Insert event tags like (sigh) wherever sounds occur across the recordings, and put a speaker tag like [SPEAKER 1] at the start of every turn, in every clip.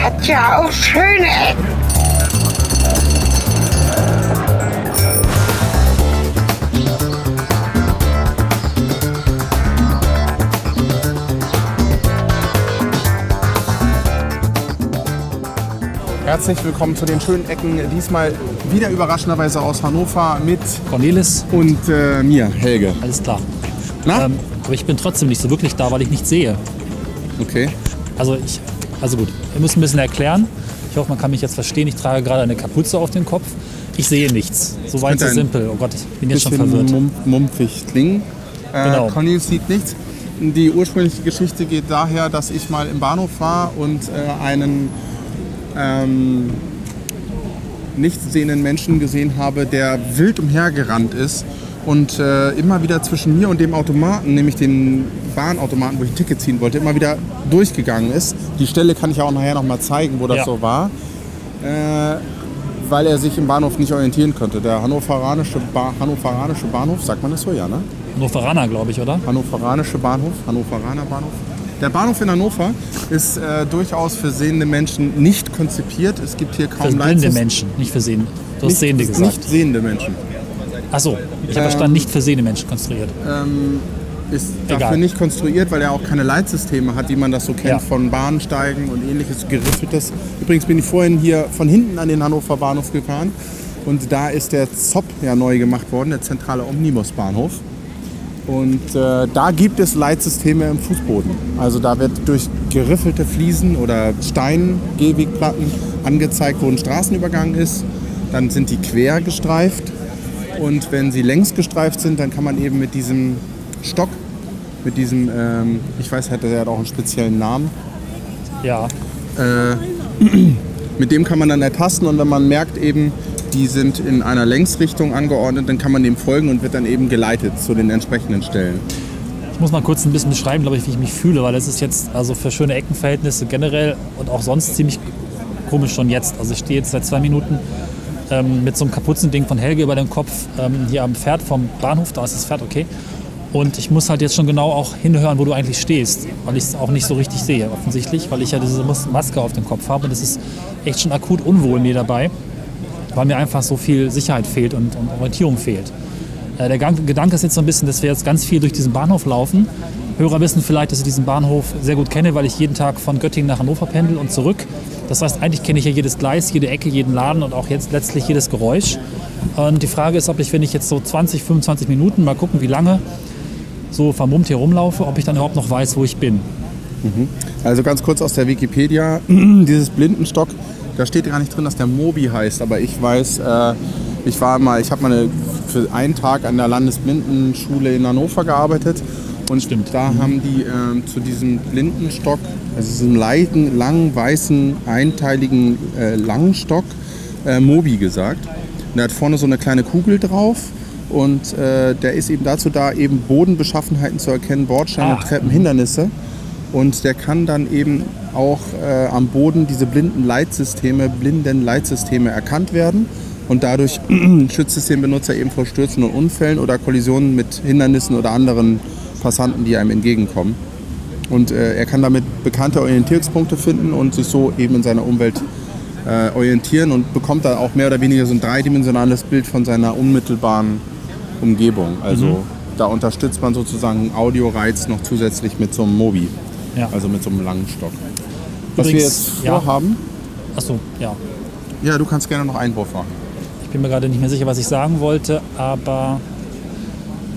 [SPEAKER 1] hat ja auch schöne Ecken.
[SPEAKER 2] Herzlich willkommen zu den schönen Ecken. Diesmal wieder überraschenderweise aus Hannover mit
[SPEAKER 3] Cornelis,
[SPEAKER 2] und äh, mir, Helge.
[SPEAKER 3] alles klar.
[SPEAKER 2] Na?
[SPEAKER 3] Ähm, aber ich bin trotzdem nicht so wirklich da, weil ich nicht sehe.
[SPEAKER 2] Okay.
[SPEAKER 3] Also ich, also gut, wir müssen ein bisschen erklären. Ich hoffe, man kann mich jetzt verstehen. Ich trage gerade eine Kapuze auf den Kopf. Ich sehe nichts. So weit,
[SPEAKER 2] könnte
[SPEAKER 3] so
[SPEAKER 2] ein
[SPEAKER 3] simpel. Oh Gott, ich bin jetzt schon
[SPEAKER 2] Bisschen
[SPEAKER 3] verwirrt.
[SPEAKER 2] mum mumpfig klingen. Äh,
[SPEAKER 3] Genau.
[SPEAKER 2] Conny sieht nichts. Die ursprüngliche Geschichte geht daher, dass ich mal im Bahnhof war und äh, einen ähm, nicht sehenden Menschen gesehen habe, der wild umhergerannt ist und äh, immer wieder zwischen mir und dem Automaten, nämlich dem Bahnautomaten, wo ich ein Ticket ziehen wollte, immer wieder durchgegangen ist. Die Stelle kann ich auch nachher nochmal zeigen, wo das
[SPEAKER 3] Ja.
[SPEAKER 2] so war, äh, weil er sich im Bahnhof nicht orientieren konnte. Der hannoveranische, ba hannoveranische Bahnhof, sagt man das so, ja, ne?
[SPEAKER 3] Hannoveraner, glaube ich, oder?
[SPEAKER 2] Hannoveranische Bahnhof, Hannoveraner Bahnhof. Der Bahnhof in Hannover ist äh, durchaus für sehende Menschen nicht konzipiert. Es gibt hier
[SPEAKER 3] Für
[SPEAKER 2] kaum
[SPEAKER 3] blinde
[SPEAKER 2] Leitsyst-
[SPEAKER 3] Menschen, nicht für Sehende. Du hast
[SPEAKER 2] Nicht- Ähm,
[SPEAKER 3] Sehende gesagt.
[SPEAKER 2] Nicht sehende Menschen.
[SPEAKER 3] Ach so, ich habe verstanden, nicht für sehende Menschen konstruiert.
[SPEAKER 2] Ist
[SPEAKER 3] Egal.
[SPEAKER 2] dafür nicht konstruiert, weil er auch keine Leitsysteme hat, wie man das so kennt
[SPEAKER 3] Ja.
[SPEAKER 2] von Bahnsteigen und ähnliches geriffeltes. Übrigens bin ich vorhin hier von hinten an den Hannover Bahnhof gefahren und da ist der ZOP ja neu gemacht worden, der zentrale Omnibusbahnhof. Und äh, da gibt es Leitsysteme im Fußboden. Also da wird durch geriffelte Fliesen oder Steingehwegplatten angezeigt, wo ein Straßenübergang ist. Dann sind die quer gestreift. Und wenn sie längs gestreift sind, dann kann man eben mit diesem Stock, mit diesem, ähm, ich weiß, hat der hat auch einen speziellen Namen,
[SPEAKER 3] ja,
[SPEAKER 2] mit dem kann man dann ertasten und wenn man merkt eben, die sind in einer Längsrichtung angeordnet, dann kann man dem folgen und wird dann eben geleitet zu den entsprechenden Stellen.
[SPEAKER 3] ich muss mal kurz ein bisschen beschreiben, glaube ich, wie ich mich fühle, weil es ist jetzt also für schöne Eckenverhältnisse generell und auch sonst ziemlich komisch schon jetzt. Also ich stehe jetzt seit zwei Minuten ähm, mit so einem Kapuzending von Helge über dem Kopf ähm, hier am Pferd vom Bahnhof, da ist das Pferd, okay. Und ich muss halt jetzt schon genau auch hinhören, wo du eigentlich stehst, weil ich es auch nicht so richtig sehe, offensichtlich, weil ich ja diese Mas- Maske auf dem Kopf habe und es ist echt schon akut unwohl mir dabei, weil mir einfach so viel Sicherheit fehlt und, und Orientierung fehlt. Äh, Der Gang- Gedanke ist jetzt so ein bisschen, dass wir jetzt ganz viel durch diesen Bahnhof laufen. Hörer wissen vielleicht, dass ich diesen Bahnhof sehr gut kenne, weil ich jeden Tag von Göttingen nach Hannover pendel und zurück. Das heißt, eigentlich kenne ich ja jedes Gleis, jede Ecke, jeden Laden und auch jetzt letztlich jedes Geräusch. Und die Frage ist, ob ich, wenn ich jetzt so 20, 25 Minuten, mal gucken, wie lange, so vermummt hier rumlaufe, ob ich dann überhaupt noch weiß, wo ich bin.
[SPEAKER 2] Also ganz kurz aus der Wikipedia, (clears throat) dieses Blindenstock, da steht gar nicht drin, dass der Mobi heißt, aber ich weiß, äh, ich war mal, ich habe mal eine, für einen Tag an der Landesblindenschule in Hannover gearbeitet und
[SPEAKER 3] Stimmt.
[SPEAKER 2] da haben die ähm, zu diesem Blindenstock, also diesem leigen, langen, weißen, einteiligen äh, langen Stock, äh, Mobi gesagt. Und der hat vorne so eine kleine Kugel drauf. Und äh, der ist eben dazu da, eben Bodenbeschaffenheiten zu erkennen, Bordsteine,
[SPEAKER 3] Ah.
[SPEAKER 2] Treppen, Hindernisse. Und der kann dann eben auch äh, am Boden diese blinden Leitsysteme, blinden Leitsysteme erkannt werden. Und dadurch (clears throat) schützt es den Benutzer eben vor Stürzen und Unfällen oder Kollisionen mit Hindernissen oder anderen Passanten, die einem entgegenkommen. Und äh, er kann damit bekannte Orientierungspunkte finden und sich so eben in seiner Umwelt äh, orientieren und bekommt dann auch mehr oder weniger so ein dreidimensionales Bild von seiner unmittelbaren Umgebung. Also
[SPEAKER 3] Mhm.
[SPEAKER 2] da unterstützt man sozusagen Audioreiz noch zusätzlich mit so einem Mobi.
[SPEAKER 3] Ja.
[SPEAKER 2] Also mit so einem langen Stock. Was wir
[SPEAKER 3] Übrigens,
[SPEAKER 2] jetzt
[SPEAKER 3] ja.
[SPEAKER 2] vorhaben,
[SPEAKER 3] Achso, ja.
[SPEAKER 2] ja. du kannst gerne noch Einwurf machen.
[SPEAKER 3] Ich bin mir gerade nicht mehr sicher, was ich sagen wollte, aber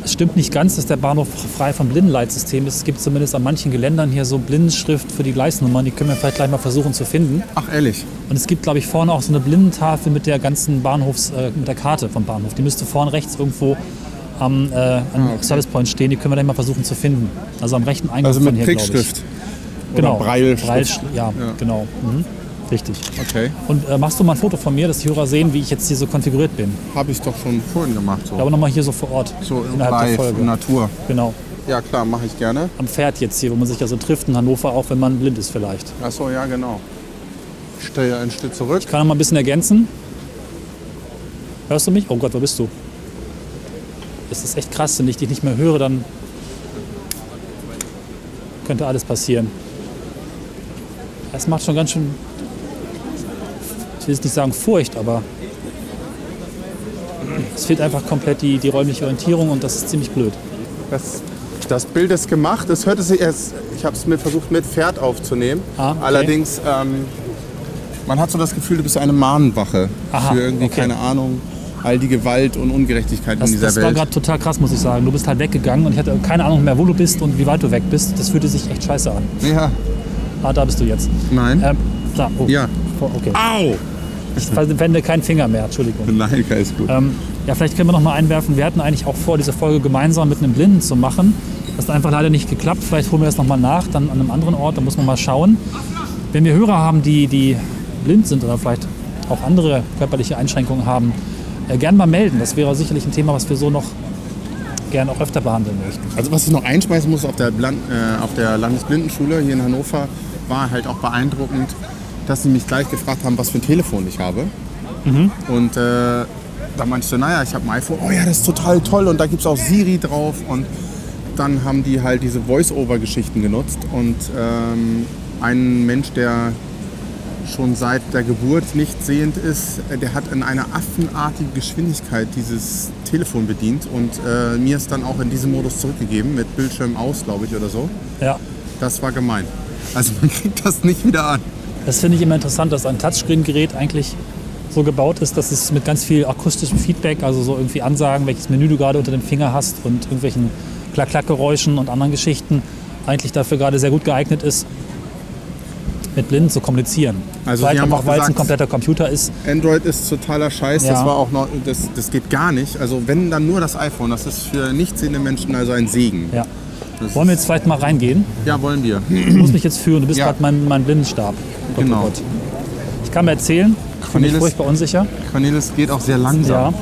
[SPEAKER 3] es stimmt nicht ganz, dass der Bahnhof frei von Blindenleitsystemen ist. Es gibt zumindest an manchen Geländern hier so Blindenschrift für die Gleisnummern. Die können wir vielleicht gleich mal versuchen zu finden.
[SPEAKER 2] Ach ehrlich,
[SPEAKER 3] Und es gibt, glaube ich, vorne auch so eine Blindentafel mit der ganzen Bahnhofs, äh, mit der Karte vom Bahnhof. Die müsste vorne rechts irgendwo am, äh, am
[SPEAKER 2] Ah,
[SPEAKER 3] Service Point stehen. Die können wir dann mal versuchen zu finden. Also am rechten Eingang
[SPEAKER 2] also
[SPEAKER 3] von
[SPEAKER 2] mit
[SPEAKER 3] hier, glaube ich. Genau.
[SPEAKER 2] Prickstift. Oder Breilstift.
[SPEAKER 3] ja, genau. Mhm. Richtig.
[SPEAKER 2] Okay,
[SPEAKER 3] Und äh, machst du mal ein Foto von mir, dass die Hörer sehen, wie ich jetzt hier so konfiguriert bin?
[SPEAKER 2] habe ich doch schon vorhin gemacht. So,
[SPEAKER 3] Ja, Aber nochmal hier so vor Ort.
[SPEAKER 2] so im
[SPEAKER 3] innerhalb der
[SPEAKER 2] Live,
[SPEAKER 3] Folge.
[SPEAKER 2] in Natur.
[SPEAKER 3] Genau.
[SPEAKER 2] Ja klar, mache ich gerne.
[SPEAKER 3] Am Pferd jetzt hier, wo man sich ja so trifft in Hannover, auch wenn man blind ist vielleicht.
[SPEAKER 2] Achso, ja genau. Ich stelle ein Stück zurück.
[SPEAKER 3] Kann noch mal ein bisschen ergänzen? Hörst du mich? Oh Gott, wo bist du? Es ist echt krass, wenn ich dich nicht mehr höre, dann könnte alles passieren. Es macht schon ganz schön ich will jetzt nicht sagen Furcht, aber es fehlt einfach komplett die, die räumliche Orientierung und das ist ziemlich blöd.
[SPEAKER 2] Das, das Bild ist gemacht. Es hörte sich erst, ich habe es mir versucht mit Pferd aufzunehmen.
[SPEAKER 3] Ah, okay.
[SPEAKER 2] Allerdings, ähm, man hat so das Gefühl, du bist eine Mahnwache
[SPEAKER 3] Aha,
[SPEAKER 2] für irgendwie,
[SPEAKER 3] okay.
[SPEAKER 2] keine Ahnung, all die Gewalt und Ungerechtigkeit
[SPEAKER 3] Das,
[SPEAKER 2] in dieser
[SPEAKER 3] das war
[SPEAKER 2] Welt.
[SPEAKER 3] gerade total krass, muss ich sagen. Du bist halt weggegangen und ich hatte keine Ahnung mehr, wo du bist und wie weit du weg bist. Das fühlte sich echt scheiße an.
[SPEAKER 2] ja,
[SPEAKER 3] Ah, da bist du jetzt.
[SPEAKER 2] nein.
[SPEAKER 3] Ähm, da, oh.
[SPEAKER 2] Mhm. Ja.
[SPEAKER 3] Okay.
[SPEAKER 2] Au!
[SPEAKER 3] Ich verwende keinen Finger mehr, Entschuldigung.
[SPEAKER 2] Nein, alles gut.
[SPEAKER 3] Ähm, ja, vielleicht können wir noch mal einwerfen. Wir hatten eigentlich auch vor, diese Folge gemeinsam mit einem Blinden zu machen. Das hat einfach leider nicht geklappt. Vielleicht holen wir das noch mal nach, dann an einem anderen Ort. Da muss man mal schauen. Wenn wir Hörer haben, die, die blind sind oder vielleicht auch andere körperliche Einschränkungen haben, äh, gern mal melden. Das wäre sicherlich ein Thema, was wir so noch gern auch öfter behandeln möchten.
[SPEAKER 2] Also was ich noch einschmeißen muss auf der, Blan- äh, auf der Landesblindenschule hier in Hannover, war halt auch beeindruckend, dass sie mich gleich gefragt haben, was für ein Telefon ich habe. Und äh, da meinte ich so, naja, ich habe ein iPhone. Oh ja, das ist total toll und da gibt es auch Siri drauf. Und dann haben die halt diese Voice-Over-Geschichten genutzt. Und ähm, ein Mensch, der schon seit der Geburt nicht sehend ist, äh, der hat in einer affenartigen Geschwindigkeit dieses Telefon bedient und äh, mir es dann auch in diesem Modus zurückgegeben, mit Bildschirm aus, glaube ich, oder so.
[SPEAKER 3] Ja.
[SPEAKER 2] Das war gemein. Also man (laughs) kriegt das nicht wieder an.
[SPEAKER 3] Das finde ich immer interessant, dass ein Touchscreen-Gerät eigentlich so gebaut ist, dass es mit ganz viel akustischem Feedback, also so irgendwie Ansagen, welches Menü du gerade unter dem Finger hast und irgendwelchen Klack-Klack-Geräuschen und anderen Geschichten, eigentlich dafür gerade sehr gut geeignet ist, mit Blinden zu kommunizieren.
[SPEAKER 2] Also
[SPEAKER 3] Vielleicht
[SPEAKER 2] Sie haben
[SPEAKER 3] einfach,
[SPEAKER 2] auch
[SPEAKER 3] weil es ein
[SPEAKER 2] gesagt-
[SPEAKER 3] kompletter Computer ist.
[SPEAKER 2] Android ist totaler Scheiß,
[SPEAKER 3] Ja.
[SPEAKER 2] das war auch noch, das, das geht gar nicht. Also wenn dann nur das iPhone, das ist für nicht sehende Menschen also ein Segen.
[SPEAKER 3] Ja.
[SPEAKER 2] Das
[SPEAKER 3] Wollen wir
[SPEAKER 2] ist-
[SPEAKER 3] jetzt vielleicht mal reingehen?
[SPEAKER 2] Ja, wollen wir.
[SPEAKER 3] Ich muss mich jetzt führen, du bist
[SPEAKER 2] Ja.
[SPEAKER 3] gerade mein, mein Blindenstab. Gott,
[SPEAKER 2] Genau.
[SPEAKER 3] oh Gott. Ich kann mir erzählen, ich bin
[SPEAKER 2] Cornelis-
[SPEAKER 3] furchtbar unsicher.
[SPEAKER 2] Cornelis geht auch sehr
[SPEAKER 3] Ja.
[SPEAKER 2] langsam.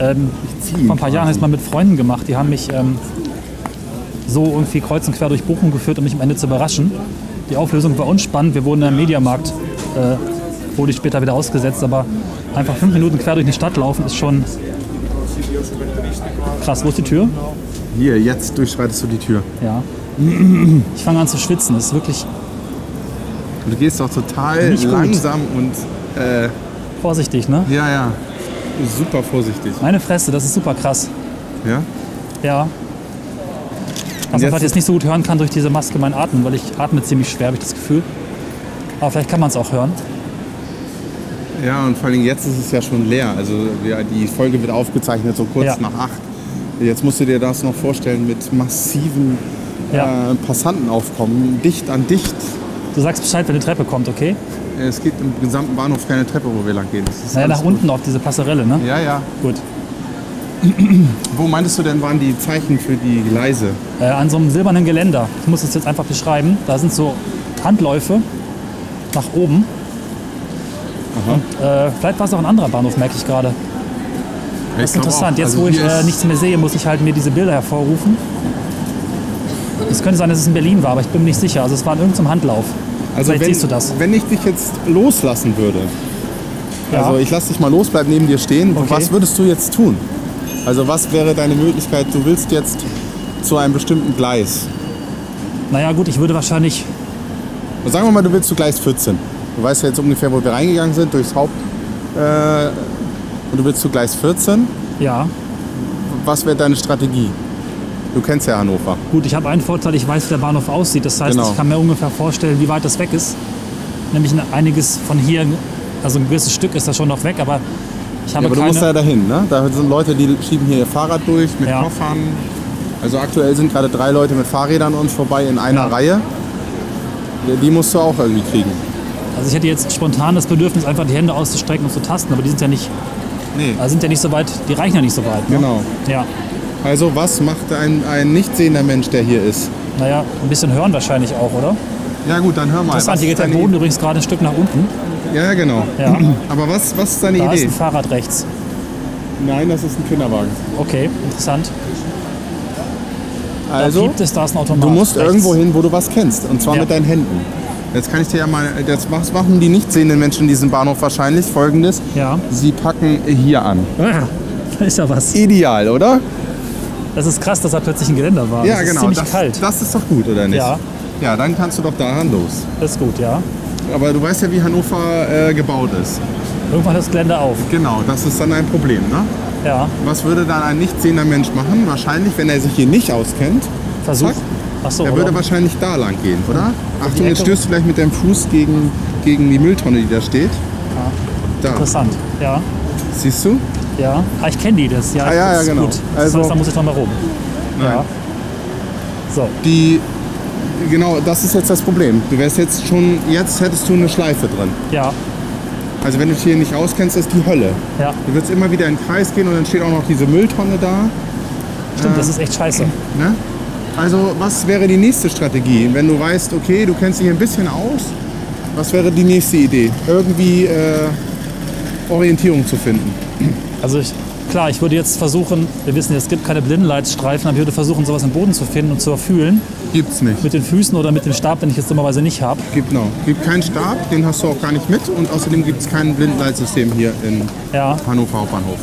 [SPEAKER 3] Ähm,
[SPEAKER 2] Ziehen
[SPEAKER 3] Vor ein paar
[SPEAKER 2] quasi.
[SPEAKER 3] Jahren habe ich es mal mit Freunden gemacht. Die haben mich ähm, so irgendwie kreuz und quer durch Bochum geführt, um mich am Ende zu überraschen. Die Auflösung war unspannend. Wir wurden im Mediamarkt, äh, wurde ich später wieder ausgesetzt, aber einfach fünf Minuten quer durch die Stadt laufen ist schon krass. Wo ist die Tür?
[SPEAKER 2] Hier, jetzt durchschreitest du die Tür.
[SPEAKER 3] Ja. Ich fange an zu schwitzen. Das ist wirklich
[SPEAKER 2] Und du gehst auch total
[SPEAKER 3] Nicht gut.
[SPEAKER 2] langsam und äh,
[SPEAKER 3] vorsichtig, ne?
[SPEAKER 2] ja, ja. Super vorsichtig.
[SPEAKER 3] Meine Fresse, das ist super krass.
[SPEAKER 2] Ja?
[SPEAKER 3] Ja. Was man
[SPEAKER 2] jetzt-
[SPEAKER 3] vielleicht jetzt nicht so gut hören kann durch diese Maske mein Atmen, weil ich atme ziemlich schwer, habe ich das Gefühl. Aber vielleicht kann man es auch hören.
[SPEAKER 2] Ja, und vor allem jetzt ist es ja schon leer. Also ja, die Folge wird aufgezeichnet so kurz
[SPEAKER 3] Ja.
[SPEAKER 2] nach acht. Jetzt musst du dir das noch vorstellen mit massiven
[SPEAKER 3] Ja.
[SPEAKER 2] äh, Passantenaufkommen, dicht an dicht.
[SPEAKER 3] Du sagst Bescheid, wenn die Treppe kommt, okay?
[SPEAKER 2] Es gibt im gesamten Bahnhof keine Treppe, wo wir lang gehen. Das ist
[SPEAKER 3] Naja,
[SPEAKER 2] alles
[SPEAKER 3] nach
[SPEAKER 2] gut.
[SPEAKER 3] unten auf diese Passerelle, ne?
[SPEAKER 2] Ja, ja.
[SPEAKER 3] Gut.
[SPEAKER 2] Wo meintest du denn, waren die Zeichen für die Gleise?
[SPEAKER 3] Äh, an so einem silbernen Geländer, ich muss es jetzt einfach beschreiben, da sind so Handläufe nach oben. Und, äh, vielleicht war es auch ein anderer Bahnhof, merke ich gerade. Das ist interessant. Jetzt,
[SPEAKER 2] Also
[SPEAKER 3] wo ich äh, nichts mehr sehe, muss ich halt mir diese Bilder hervorrufen. Es könnte sein, dass es in Berlin war, aber ich bin mir nicht sicher. Also es war in irgendeinem Handlauf.
[SPEAKER 2] Also
[SPEAKER 3] vielleicht
[SPEAKER 2] wenn,
[SPEAKER 3] siehst du das.
[SPEAKER 2] Wenn ich dich jetzt loslassen würde,
[SPEAKER 3] Ja.
[SPEAKER 2] also ich lasse dich mal los, bleib neben dir stehen,
[SPEAKER 3] Okay.
[SPEAKER 2] was würdest du jetzt tun? Also was wäre deine Möglichkeit, du willst jetzt zu einem bestimmten Gleis.
[SPEAKER 3] Naja gut, ich würde wahrscheinlich
[SPEAKER 2] Also, Sagen wir mal, du willst zu Gleis 14. Du weißt ja jetzt ungefähr, wo wir reingegangen sind, durchs Haupt. Äh, und du willst zu Gleis 14.
[SPEAKER 3] ja,
[SPEAKER 2] Was wäre deine Strategie? Du kennst ja Hannover.
[SPEAKER 3] Gut, ich habe einen Vorteil, ich weiß, wie der Bahnhof aussieht. Das heißt,
[SPEAKER 2] Genau.
[SPEAKER 3] ich kann mir ungefähr vorstellen, wie weit das weg ist. Nämlich ein- einiges von hier, also ein gewisses Stück ist das schon noch weg, aber ich habe
[SPEAKER 2] Ja, aber du
[SPEAKER 3] keine...
[SPEAKER 2] musst ja dahin, ne? Da sind Leute, die schieben hier ihr Fahrrad durch mit
[SPEAKER 3] Ja.
[SPEAKER 2] Koffern. Also aktuell sind gerade drei Leute mit Fahrrädern uns vorbei in einer
[SPEAKER 3] Ja.
[SPEAKER 2] Reihe. Die- Die musst du auch irgendwie kriegen.
[SPEAKER 3] also ich hätte jetzt spontan das Bedürfnis, einfach die Hände auszustrecken und zu tasten, aber die sind ja nicht,
[SPEAKER 2] Nee.
[SPEAKER 3] also sind ja nicht so weit, die reichen ja nicht so weit. Ne?
[SPEAKER 2] Genau.
[SPEAKER 3] Ja,
[SPEAKER 2] Also was macht ein, ein nicht sehender Mensch, der hier ist?
[SPEAKER 3] naja, ein bisschen hören wahrscheinlich auch, oder?
[SPEAKER 2] Ja gut, dann hör mal.
[SPEAKER 3] Interessant,
[SPEAKER 2] Was
[SPEAKER 3] hier
[SPEAKER 2] ist
[SPEAKER 3] geht der
[SPEAKER 2] deine
[SPEAKER 3] Boden
[SPEAKER 2] I-
[SPEAKER 3] übrigens gerade ein Stück nach unten.
[SPEAKER 2] Ja, ja, genau.
[SPEAKER 3] Ja.
[SPEAKER 2] (clears throat) Aber was, was ist deine
[SPEAKER 3] Da ist
[SPEAKER 2] Idee?
[SPEAKER 3] ein Fahrrad rechts.
[SPEAKER 2] Nein, das ist ein Kinderwagen.
[SPEAKER 3] Okay, interessant. da
[SPEAKER 2] Also,
[SPEAKER 3] piept es, da ist ein Automat.
[SPEAKER 2] du musst
[SPEAKER 3] rechts.
[SPEAKER 2] irgendwo hin, wo du was kennst. Und zwar
[SPEAKER 3] Ja.
[SPEAKER 2] mit deinen Händen. Jetzt kann ich dir ja mal, jetzt machen die nicht sehenden Menschen in diesem Bahnhof wahrscheinlich folgendes.
[SPEAKER 3] Ja. (laughs)
[SPEAKER 2] Sie packen hier an.
[SPEAKER 3] Ah, da ist ja was.
[SPEAKER 2] Ideal, oder? genau.
[SPEAKER 3] Das ist krass, dass da plötzlich ein Geländer war. das ist ziemlich
[SPEAKER 2] das,
[SPEAKER 3] kalt.
[SPEAKER 2] das ist doch gut, oder nicht?
[SPEAKER 3] Ja.
[SPEAKER 2] Ja, dann kannst du doch daran los.
[SPEAKER 3] Das ist gut, ja.
[SPEAKER 2] Aber du weißt ja, wie Hannover äh, gebaut ist.
[SPEAKER 3] Irgendwann hört das Geländer auf.
[SPEAKER 2] Genau, das ist dann ein Problem. Ne?
[SPEAKER 3] Ja,
[SPEAKER 2] Was würde dann ein nichtsehender Mensch machen? Wahrscheinlich, wenn er sich hier nicht auskennt,
[SPEAKER 3] Versuch.
[SPEAKER 2] Zack.
[SPEAKER 3] Achso,
[SPEAKER 2] er würde wahrscheinlich da lang gehen, oder? Achtung, jetzt
[SPEAKER 3] Ecke-
[SPEAKER 2] stößt du vielleicht mit deinem Fuß gegen, gegen die Mülltonne, die da steht. Da,
[SPEAKER 3] interessant. Ja,
[SPEAKER 2] siehst du?
[SPEAKER 3] ja. Ah, ich kenne die das. Ja,
[SPEAKER 2] Ah, ja,
[SPEAKER 3] das
[SPEAKER 2] ja,
[SPEAKER 3] ist
[SPEAKER 2] genau.
[SPEAKER 3] gut. Das
[SPEAKER 2] Also-
[SPEAKER 3] heißt, da muss ich nochmal rum. Ja. So,
[SPEAKER 2] Die, genau, das ist jetzt das Problem. Du wärst jetzt schon, jetzt hättest du eine Schleife drin.
[SPEAKER 3] ja,
[SPEAKER 2] Also wenn du dich hier nicht auskennst, ist die Hölle.
[SPEAKER 3] ja.
[SPEAKER 2] Du wirst immer wieder in den Kreis gehen und dann steht auch noch diese Mülltonne da.
[SPEAKER 3] Stimmt, das ist echt scheiße.
[SPEAKER 2] Ne? Also was wäre die nächste Strategie? Wenn du weißt, okay, du kennst dich ein bisschen aus, was wäre die nächste Idee? Irgendwie äh, Orientierung zu finden.
[SPEAKER 3] Also ich, klar, ich würde jetzt versuchen, wir wissen, es gibt keine Blindenleitstreifen, aber ich würde versuchen, sowas im Boden zu finden und zu erfühlen.
[SPEAKER 2] Gibt's nicht.
[SPEAKER 3] Mit den Füßen oder mit dem Stab, den ich jetzt dummerweise nicht habe.
[SPEAKER 2] Gibt, no. gibt keinen Stab, den hast du auch gar nicht mit und außerdem gibt es kein Blindenleitsystem hier in
[SPEAKER 3] Ja.
[SPEAKER 2] Hannover Hauptbahnhof.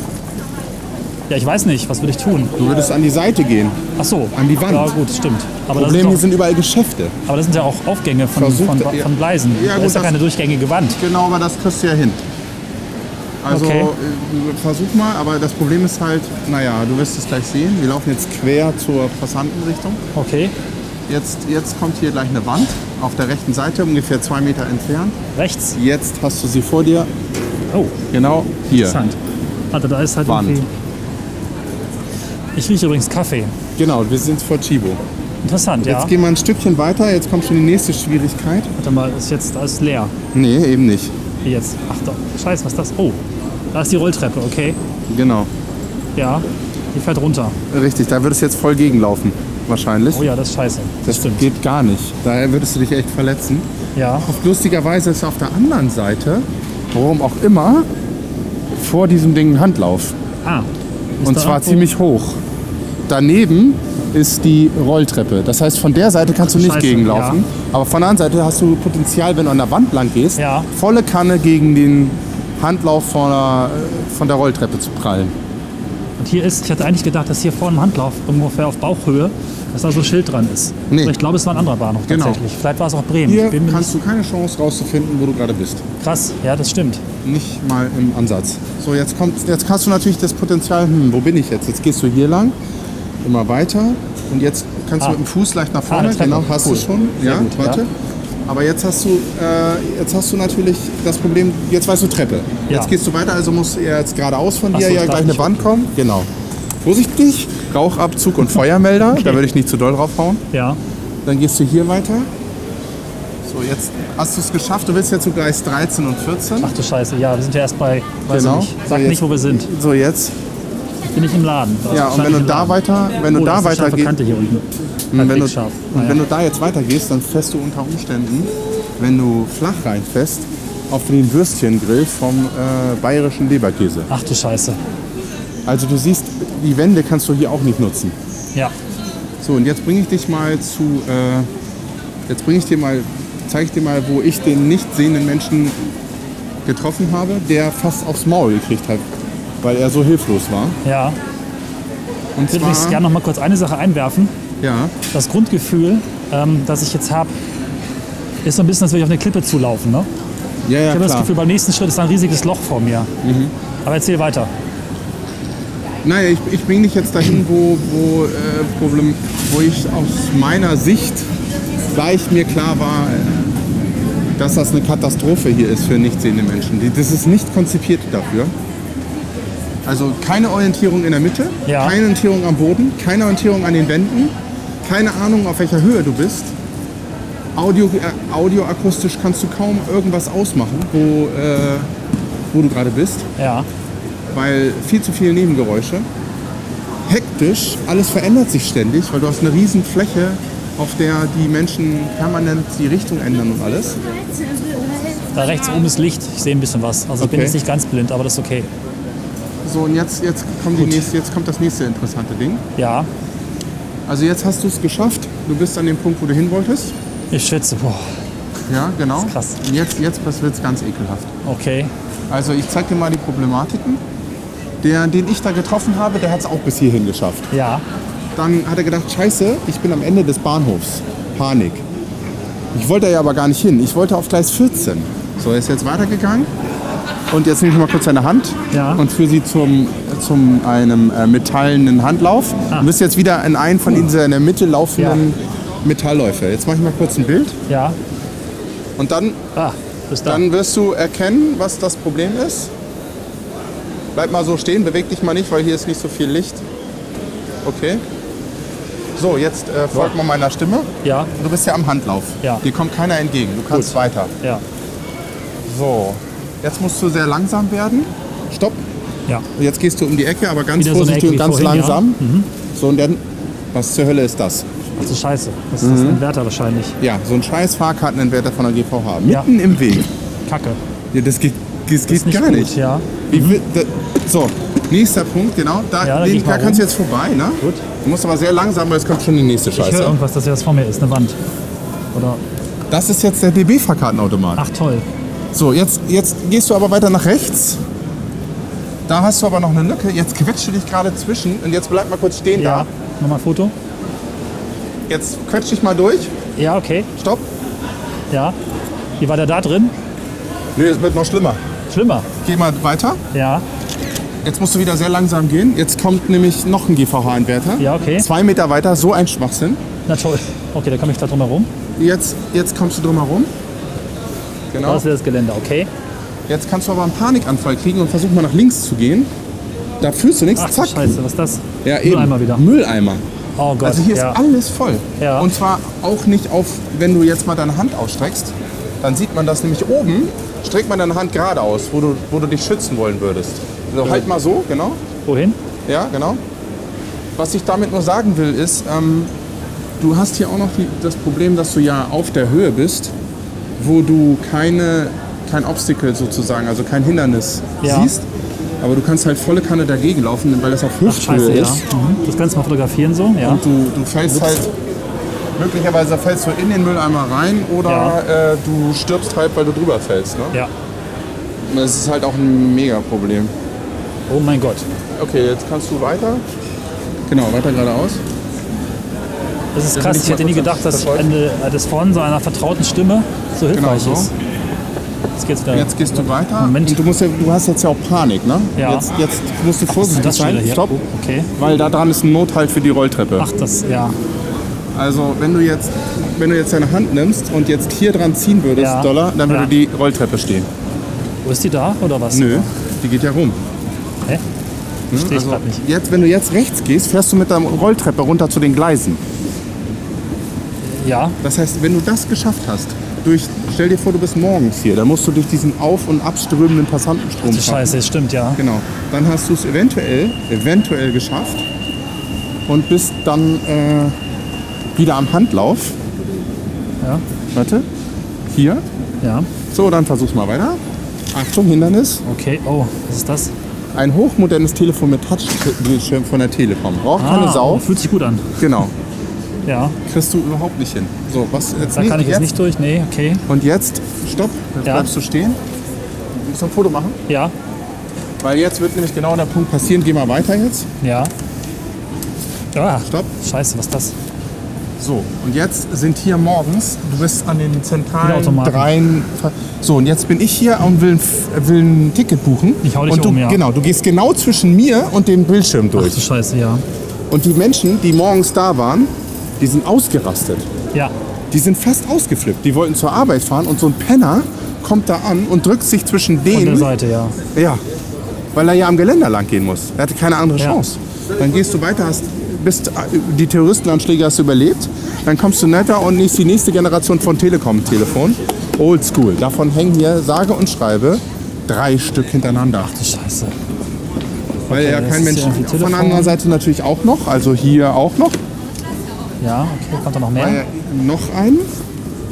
[SPEAKER 3] ja, ich weiß nicht, was würde ich tun?
[SPEAKER 2] Du würdest an die Seite gehen.
[SPEAKER 3] Ach so.
[SPEAKER 2] An die Wand.
[SPEAKER 3] Ja, gut, stimmt. Aber das,
[SPEAKER 2] Problem, hier
[SPEAKER 3] sind
[SPEAKER 2] sind überall Geschäfte.
[SPEAKER 3] doch, aber das sind ja auch Aufgänge von,
[SPEAKER 2] Versucht-
[SPEAKER 3] von, von,
[SPEAKER 2] ja.
[SPEAKER 3] Gleisen.
[SPEAKER 2] Ja,
[SPEAKER 3] da
[SPEAKER 2] gut,
[SPEAKER 3] ist ja
[SPEAKER 2] das-
[SPEAKER 3] keine durchgängige Wand.
[SPEAKER 2] Genau, aber das kriegst du ja hin. Also
[SPEAKER 3] Okay.
[SPEAKER 2] äh, versuch mal, aber das Problem ist halt, naja, du wirst es gleich sehen. Wir laufen jetzt quer zur Passantenrichtung.
[SPEAKER 3] Okay.
[SPEAKER 2] Jetzt, jetzt kommt hier gleich eine Wand auf der rechten Seite, ungefähr zwei Meter entfernt.
[SPEAKER 3] Rechts.
[SPEAKER 2] Jetzt hast du sie vor dir.
[SPEAKER 3] Oh,
[SPEAKER 2] Genau hier.
[SPEAKER 3] interessant. Warte, da ist halt
[SPEAKER 2] Wand.
[SPEAKER 3] irgendwie... Ich rieche übrigens Kaffee.
[SPEAKER 2] Genau, wir sind vor Chibo.
[SPEAKER 3] Interessant, ja.
[SPEAKER 2] Jetzt gehen wir ein Stückchen weiter, jetzt kommt schon die nächste Schwierigkeit.
[SPEAKER 3] Warte mal, ist jetzt da ist leer.
[SPEAKER 2] Nee, eben nicht.
[SPEAKER 3] Wie jetzt? Ach doch, scheiße, was ist das? Oh, da ist die Rolltreppe, okay.
[SPEAKER 2] Genau.
[SPEAKER 3] Ja, die fährt runter.
[SPEAKER 2] Richtig, da würdest du jetzt voll gegenlaufen. Wahrscheinlich.
[SPEAKER 3] Oh ja, das ist scheiße.
[SPEAKER 2] das geht gar nicht. Daher würdest du dich echt verletzen.
[SPEAKER 3] Ja,
[SPEAKER 2] Lustigerweise ist auf der anderen Seite, warum auch immer, vor diesem Ding ein Handlauf.
[SPEAKER 3] ah. ist
[SPEAKER 2] Und
[SPEAKER 3] da
[SPEAKER 2] zwar
[SPEAKER 3] irgendwo-
[SPEAKER 2] ziemlich hoch. Daneben ist die Rolltreppe. Das heißt, von der Seite kannst du nicht
[SPEAKER 3] Scheiße,
[SPEAKER 2] gegenlaufen.
[SPEAKER 3] ja.
[SPEAKER 2] Aber von der anderen Seite hast du Potenzial, wenn du an der Wand lang gehst,
[SPEAKER 3] Ja.
[SPEAKER 2] volle Kanne gegen den Handlauf von der, von der Rolltreppe zu prallen.
[SPEAKER 3] Und hier ist, ich hatte eigentlich gedacht, dass hier vorne ein Handlauf ungefähr auf Bauchhöhe, dass da so ein Schild dran ist.
[SPEAKER 2] Nee.
[SPEAKER 3] Aber ich glaube, es war ein anderer Bahnhof
[SPEAKER 2] Genau.
[SPEAKER 3] tatsächlich. Vielleicht war es auch Bremen.
[SPEAKER 2] Hier
[SPEAKER 3] Ich bin mir
[SPEAKER 2] kannst du keine Chance rauszufinden, wo du gerade bist.
[SPEAKER 3] nicht krass. Ja, das stimmt.
[SPEAKER 2] Nicht mal im Ansatz. So, jetzt, kommt, jetzt hast du natürlich das Potenzial, hm, wo bin ich jetzt? Jetzt gehst du hier lang, immer weiter und jetzt kannst
[SPEAKER 3] Ah.
[SPEAKER 2] du mit dem Fuß leicht nach vorne.
[SPEAKER 3] eine Treppe.
[SPEAKER 2] genau, hast
[SPEAKER 3] Cool.
[SPEAKER 2] du schon.
[SPEAKER 3] Sehr
[SPEAKER 2] ja,
[SPEAKER 3] gut,
[SPEAKER 2] warte.
[SPEAKER 3] ja.
[SPEAKER 2] Aber jetzt hast, du, äh, jetzt hast du natürlich das Problem, jetzt weißt du Treppe.
[SPEAKER 3] Ja.
[SPEAKER 2] Jetzt gehst du weiter, also muss jetzt geradeaus von
[SPEAKER 3] Ach
[SPEAKER 2] dir
[SPEAKER 3] so,
[SPEAKER 2] ja
[SPEAKER 3] ich darf
[SPEAKER 2] gleich eine
[SPEAKER 3] nicht
[SPEAKER 2] Wand kommen. Genau. Vorsichtig, Rauchabzug und
[SPEAKER 3] (laughs)
[SPEAKER 2] Feuermelder, da würde ich nicht zu doll draufhauen.
[SPEAKER 3] Ja,
[SPEAKER 2] Dann gehst du hier weiter. So, jetzt hast du es geschafft. Du willst jetzt zu Gleis 13 und 14.
[SPEAKER 3] ach du Scheiße. Ja, wir sind ja erst bei, weiß
[SPEAKER 2] Genau.
[SPEAKER 3] Also ich nicht.
[SPEAKER 2] So,
[SPEAKER 3] Sag
[SPEAKER 2] jetzt-
[SPEAKER 3] nicht, wo wir sind. Also
[SPEAKER 2] So, jetzt.
[SPEAKER 3] Ich bin nicht im Laden.
[SPEAKER 2] Ja, und wenn du da weiter, wenn du
[SPEAKER 3] oh,
[SPEAKER 2] da
[SPEAKER 3] das ist eine
[SPEAKER 2] weiter
[SPEAKER 3] scharfe
[SPEAKER 2] gehst,
[SPEAKER 3] Kante hier unten. Ah,
[SPEAKER 2] und wenn du,
[SPEAKER 3] scharf.
[SPEAKER 2] und
[SPEAKER 3] Naja.
[SPEAKER 2] wenn du da jetzt weitergehst, dann fährst du unter Umständen, wenn du flach reinfährst, auf den Würstchengrill vom äh, bayerischen Leberkäse.
[SPEAKER 3] Ach du Scheiße.
[SPEAKER 2] Also du siehst, die Wände kannst du hier auch nicht nutzen.
[SPEAKER 3] Ja,
[SPEAKER 2] So, und jetzt bringe ich dich mal zu, äh, jetzt bringe ich dir mal, zeige ich dir mal, wo ich den nicht sehenden Menschen getroffen habe, der fast aufs Maul gekriegt hat, weil er so hilflos war.
[SPEAKER 3] ja.
[SPEAKER 2] Und
[SPEAKER 3] Ich würde übrigens gerne noch mal kurz eine Sache einwerfen.
[SPEAKER 2] ja,
[SPEAKER 3] das Grundgefühl, ähm, das ich jetzt habe, ist so ein bisschen, als würde ich auf eine Klippe zulaufen. Ne?
[SPEAKER 2] ja, ja,
[SPEAKER 3] ich habe das
[SPEAKER 2] klar. Mhm.
[SPEAKER 3] Gefühl, beim nächsten Schritt ist da ein riesiges Loch vor mir. Aber erzähl weiter.
[SPEAKER 2] Naja, ich, ich bringe dich jetzt dahin, wo, wo, äh, Problem, wo ich aus meiner Sicht gleich mir klar war, äh, dass das eine Katastrophe hier ist für nicht sehende Menschen. Die- Das ist nicht konzipiert dafür. Also keine Orientierung in der Mitte,
[SPEAKER 3] Ja.
[SPEAKER 2] keine Orientierung am Boden, keine Orientierung an den Wänden, keine Ahnung, auf welcher Höhe du bist. Audio, äh, audioakustisch kannst du kaum irgendwas ausmachen, wo, äh, wo du gerade bist
[SPEAKER 3] Ja,
[SPEAKER 2] weil viel zu viele Nebengeräusche. Hektisch, alles verändert sich ständig, weil du hast eine riesen Fläche, auf der die Menschen permanent die Richtung ändern und alles.
[SPEAKER 3] da rechts oben ist Licht. Ich sehe ein bisschen was. Also ich bin
[SPEAKER 2] Okay.
[SPEAKER 3] jetzt nicht ganz blind, aber das ist okay.
[SPEAKER 2] So, und jetzt, jetzt, kommt, die nächste, jetzt kommt das nächste interessante Ding.
[SPEAKER 3] Ja,
[SPEAKER 2] Also jetzt hast du es geschafft, du bist an dem Punkt, wo du hin wolltest.
[SPEAKER 3] ich schwitze. Boah,
[SPEAKER 2] Ja, genau.
[SPEAKER 3] ist krass.
[SPEAKER 2] Und jetzt, jetzt wird es ganz ekelhaft.
[SPEAKER 3] okay.
[SPEAKER 2] Also ich zeig dir mal die Problematiken. Der, den ich da getroffen habe, der hat es auch bis hierhin geschafft.
[SPEAKER 3] Ja,
[SPEAKER 2] Dann hat er gedacht, scheiße, ich bin am Ende des Bahnhofs. Panik. Ich wollte da ja aber gar nicht hin. Ich wollte auf Gleis 14. So, er ist jetzt weitergegangen. Und jetzt nehme ich mal kurz seine Hand
[SPEAKER 3] Ja.
[SPEAKER 2] und führe sie zum, zum einem äh, metallenen Handlauf.
[SPEAKER 3] Ah.
[SPEAKER 2] Du bist jetzt wieder in einen von diesen in der Mitte laufenden Metallläufe. Jetzt mache ich mal kurz ein Bild.
[SPEAKER 3] Ja.
[SPEAKER 2] Und dann,
[SPEAKER 3] Ah, bis dann.
[SPEAKER 2] dann wirst du erkennen, was das Problem ist. Bleib mal so stehen, beweg dich mal nicht, weil hier ist nicht so viel Licht. Okay. So, jetzt äh, folgt mal meiner Stimme.
[SPEAKER 3] Ja,
[SPEAKER 2] Du bist ja am Handlauf.
[SPEAKER 3] Ja.
[SPEAKER 2] Dir kommt keiner entgegen. Du kannst weiter.
[SPEAKER 3] ja,
[SPEAKER 2] So, jetzt musst du sehr langsam werden. Stopp.
[SPEAKER 3] ja.
[SPEAKER 2] Jetzt gehst du um die Ecke, aber ganz
[SPEAKER 3] Wieder so eine
[SPEAKER 2] vorsichtig
[SPEAKER 3] Ecke
[SPEAKER 2] und ganz
[SPEAKER 3] wie vorhin, ja. Mhm.
[SPEAKER 2] langsam. So und dann, was zur Hölle ist das?
[SPEAKER 3] Das ist scheiße. Das ist ein Wärter wahrscheinlich.
[SPEAKER 2] Ja, so ein scheiß Fahrkartenentwerter von der GVH.
[SPEAKER 3] Ja.
[SPEAKER 2] Mitten im Weg.
[SPEAKER 3] Kacke.
[SPEAKER 2] Ja, das geht, das geht
[SPEAKER 3] Ist nicht
[SPEAKER 2] gar
[SPEAKER 3] gut,
[SPEAKER 2] nicht.
[SPEAKER 3] ja.
[SPEAKER 2] Wie, will- da, so, nächster Punkt, genau. Da,
[SPEAKER 3] Ja, da geh
[SPEAKER 2] den,
[SPEAKER 3] ich mal
[SPEAKER 2] da
[SPEAKER 3] rum.
[SPEAKER 2] kannst du jetzt vorbei, ne?
[SPEAKER 3] Gut.
[SPEAKER 2] Du musst aber sehr langsam, weil es kommt schon die nächste
[SPEAKER 3] Ich höre um.
[SPEAKER 2] Scheiße.
[SPEAKER 3] irgendwas, dass hier was vor mir ist, eine Wand. Oder,
[SPEAKER 2] Das ist jetzt der DB-Fahrkartenautomat.
[SPEAKER 3] ach toll.
[SPEAKER 2] So, jetzt, jetzt gehst du aber weiter nach rechts. Da hast du aber noch eine Lücke. Jetzt quetscht du dich gerade zwischen und jetzt bleib mal kurz stehen
[SPEAKER 3] Ja, nochmal ein Foto.
[SPEAKER 2] da. Jetzt quetsch dich mal durch.
[SPEAKER 3] Ja, okay.
[SPEAKER 2] Stopp.
[SPEAKER 3] Ja. Wie war der da drin?
[SPEAKER 2] Nee, es wird noch schlimmer.
[SPEAKER 3] Schlimmer.
[SPEAKER 2] Geh mal weiter.
[SPEAKER 3] Ja,
[SPEAKER 2] Jetzt musst du wieder sehr langsam gehen. Jetzt kommt nämlich noch ein GVH-Entwerter.
[SPEAKER 3] Ja, okay.
[SPEAKER 2] Zwei Meter weiter, so ein Schwachsinn.
[SPEAKER 3] na toll. Okay, da komme ich da drum herum.
[SPEAKER 2] Jetzt, jetzt kommst du drum herum. Genau.
[SPEAKER 3] Das wäre das Geländer, okay.
[SPEAKER 2] Jetzt kannst du aber einen Panikanfall kriegen und versuch mal nach links zu gehen. Da fühlst du nichts.
[SPEAKER 3] Ach,
[SPEAKER 2] Zack.
[SPEAKER 3] scheiße, was ist das?
[SPEAKER 2] Ja,
[SPEAKER 3] Nur einmal wieder.
[SPEAKER 2] Mülleimer.
[SPEAKER 3] Oh Gott,
[SPEAKER 2] Also hier ist
[SPEAKER 3] ja.
[SPEAKER 2] alles voll.
[SPEAKER 3] Ja.
[SPEAKER 2] Und zwar auch nicht auf, wenn du jetzt mal deine Hand ausstreckst, dann sieht man das nämlich oben, streckt man deine Hand geradeaus, wo du, wo du dich schützen wollen würdest. Also halt mal so, genau.
[SPEAKER 3] Wohin?
[SPEAKER 2] Ja, genau. Was ich damit nur sagen will, ist, ähm, du hast hier auch noch die, das Problem, dass du ja auf der Höhe bist, wo du keine, kein Obstacle sozusagen, also kein Hindernis
[SPEAKER 3] Ja.
[SPEAKER 2] siehst. Aber du kannst halt volle Kanne dagegen laufen, weil das auf
[SPEAKER 3] Ach, scheiße,
[SPEAKER 2] Hüfthöhe
[SPEAKER 3] ja.
[SPEAKER 2] ist.
[SPEAKER 3] Mhm. Das Ganze mal fotografieren so, ja.
[SPEAKER 2] Und du, du fällst halt, möglicherweise fällst du in den Mülleimer rein oder äh, du stirbst halt, weil du drüber fällst. Ne?
[SPEAKER 3] Ja.
[SPEAKER 2] Das ist halt auch ein mega Problem.
[SPEAKER 3] Oh mein Gott.
[SPEAKER 2] Okay, jetzt kannst du weiter. Genau, weiter geradeaus.
[SPEAKER 3] Das ist
[SPEAKER 2] Dann
[SPEAKER 3] krass.
[SPEAKER 2] will ich
[SPEAKER 3] Ich hätte
[SPEAKER 2] mal
[SPEAKER 3] nie
[SPEAKER 2] kurz
[SPEAKER 3] gedacht, dass
[SPEAKER 2] verfolgen.
[SPEAKER 3] eine, das von so einer vertrauten Stimme so hilfreich
[SPEAKER 2] Genau so.
[SPEAKER 3] ist. Jetzt geht's wieder.
[SPEAKER 2] Jetzt gehst du weiter.
[SPEAKER 3] Moment.
[SPEAKER 2] Und du, musst ja, du hast jetzt ja auch Panik, ne?
[SPEAKER 3] Ja.
[SPEAKER 2] Jetzt, jetzt musst du
[SPEAKER 3] Was ist denn
[SPEAKER 2] vorsichtig
[SPEAKER 3] das schon wieder
[SPEAKER 2] sein.
[SPEAKER 3] hier?
[SPEAKER 2] Stopp.
[SPEAKER 3] Oh, Okay.
[SPEAKER 2] Weil da dran ist ein Nothalt für die Rolltreppe.
[SPEAKER 3] Ach, das, ja.
[SPEAKER 2] Also wenn du jetzt wenn du jetzt deine Hand nimmst und jetzt hier dran ziehen würdest,
[SPEAKER 3] Ja.
[SPEAKER 2] Dollar, dann würde
[SPEAKER 3] Ja.
[SPEAKER 2] die Rolltreppe stehen.
[SPEAKER 3] Wo ist die da oder was?
[SPEAKER 2] Nö, Also die geht ja rum.
[SPEAKER 3] Hä? Verstehe ich grad nicht.
[SPEAKER 2] Jetzt, wenn du jetzt rechts gehst, fährst du mit der Rolltreppe runter zu den Gleisen.
[SPEAKER 3] Ja,
[SPEAKER 2] Das heißt, wenn du das geschafft hast, durch, stell dir vor, du bist morgens hier, dann musst du durch diesen auf- und abströmenden Passantenstrom
[SPEAKER 3] die Scheiße, das stimmt, ja.
[SPEAKER 2] Genau. Dann hast du es eventuell, eventuell geschafft und bist dann äh, wieder am Handlauf.
[SPEAKER 3] Ja.
[SPEAKER 2] Warte. Hier.
[SPEAKER 3] Ja,
[SPEAKER 2] So, dann versuch's mal weiter. Achtung, Hindernis.
[SPEAKER 3] okay. Oh, was ist das?
[SPEAKER 2] Ein hochmodernes Telefon mit Touchbildschirm von der Telekom. Braucht
[SPEAKER 3] Ah.
[SPEAKER 2] keine Sau.
[SPEAKER 3] oh, Fühlt sich gut an.
[SPEAKER 2] Genau.
[SPEAKER 3] Ja,
[SPEAKER 2] Kriegst du überhaupt nicht hin. So, was jetzt
[SPEAKER 3] da kann ich
[SPEAKER 2] jetzt?
[SPEAKER 3] jetzt nicht durch. Nee, okay.
[SPEAKER 2] Und jetzt, stopp, jetzt
[SPEAKER 3] Ja.
[SPEAKER 2] bleibst du stehen. Du musst ein Foto machen.
[SPEAKER 3] Ja,
[SPEAKER 2] Weil jetzt wird nämlich genau der Punkt passieren. Geh mal weiter jetzt.
[SPEAKER 3] ja. Ah,
[SPEAKER 2] Stopp.
[SPEAKER 3] scheiße, was ist das?
[SPEAKER 2] So, und jetzt sind hier morgens, du bist an den
[SPEAKER 3] Die
[SPEAKER 2] zentralen
[SPEAKER 3] Automaten.
[SPEAKER 2] dreien. Ver- So, und jetzt bin ich hier und will ein, F- äh, will ein Ticket buchen.
[SPEAKER 3] Ich hau dich
[SPEAKER 2] und du,
[SPEAKER 3] um, ja.
[SPEAKER 2] Genau, du gehst genau zwischen mir und dem Bildschirm
[SPEAKER 3] Ach du
[SPEAKER 2] durch.
[SPEAKER 3] Scheiße, ja.
[SPEAKER 2] Und die Menschen, die morgens da waren, die sind ausgerastet.
[SPEAKER 3] Ja,
[SPEAKER 2] Die sind fast ausgeflippt. Die wollten zur Arbeit fahren und so ein Penner kommt da an und drückt sich zwischen
[SPEAKER 3] von der
[SPEAKER 2] denen.
[SPEAKER 3] Seite, ja.
[SPEAKER 2] Ja, weil er ja am Geländer lang gehen muss. Er hatte keine andere
[SPEAKER 3] Ja.
[SPEAKER 2] Chance. Dann gehst du weiter, hast, bist äh, die Terroristenanschläge hast du überlebt. Dann kommst du netter und nimmst die nächste Generation von Telekom-Telefon. Oldschool. Davon hängen hier sage und schreibe drei Stück hintereinander.
[SPEAKER 3] Du Scheiße.
[SPEAKER 2] weil ja
[SPEAKER 3] das
[SPEAKER 2] kein
[SPEAKER 3] ist
[SPEAKER 2] Mensch.
[SPEAKER 3] ja irgendwie
[SPEAKER 2] von
[SPEAKER 3] Telefon.
[SPEAKER 2] der anderen Seite natürlich auch noch. Also hier auch noch.
[SPEAKER 3] Ja, okay, kommt da noch
[SPEAKER 2] War
[SPEAKER 3] mehr?
[SPEAKER 2] ja noch einen.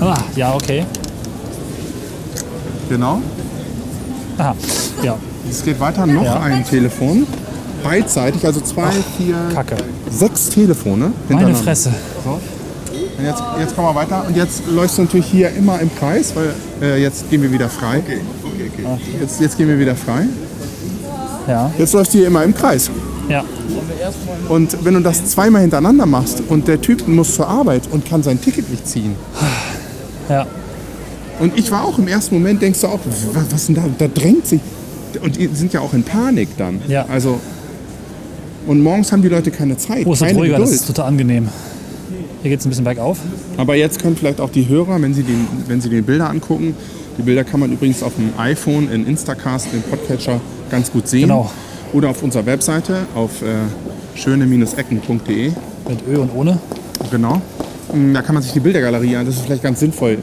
[SPEAKER 3] Ah, ja, okay.
[SPEAKER 2] Genau.
[SPEAKER 3] Aha, ja,
[SPEAKER 2] Es geht weiter. Noch
[SPEAKER 3] Ja.
[SPEAKER 2] ein Telefon. Beidseitig, also zwei, vier,
[SPEAKER 3] Kacke.
[SPEAKER 2] sechs Telefone
[SPEAKER 3] Meine
[SPEAKER 2] hintereinander.
[SPEAKER 3] Fresse.
[SPEAKER 2] Und jetzt, jetzt kommen wir weiter. Und jetzt läufst du natürlich hier immer im Kreis, weil äh, jetzt gehen wir wieder frei. Okay, okay, okay. Jetzt, jetzt gehen wir wieder frei.
[SPEAKER 3] Ja,
[SPEAKER 2] Jetzt läufst du hier immer im Kreis.
[SPEAKER 3] ja.
[SPEAKER 2] Und wenn du das zweimal hintereinander machst und der Typ muss zur Arbeit und kann sein Ticket nicht ziehen,
[SPEAKER 3] Ja.
[SPEAKER 2] Und ich war auch im ersten Moment, denkst du auch, was, was denn da? Da drängt sich. Und die sind ja auch in Panik dann.
[SPEAKER 3] Ja.
[SPEAKER 2] Also. Und morgens haben die Leute keine Zeit.
[SPEAKER 3] Oh, es wird
[SPEAKER 2] keine
[SPEAKER 3] ruhiger, das
[SPEAKER 2] Geduld.
[SPEAKER 3] ist total angenehm. Hier geht es ein bisschen bergauf.
[SPEAKER 2] Aber jetzt können vielleicht auch die Hörer, wenn sie, die, wenn sie die Bilder angucken, die Bilder kann man übrigens auf dem iPhone, in Instacast, im Podcatcher ganz gut sehen.
[SPEAKER 3] Genau.
[SPEAKER 2] Oder auf unserer Webseite auf äh, schöne-ecken.de.
[SPEAKER 3] Mit Ö und ohne.
[SPEAKER 2] Genau. Mm, Da kann man sich die Bildergalerie an. Das ist vielleicht ganz sinnvoll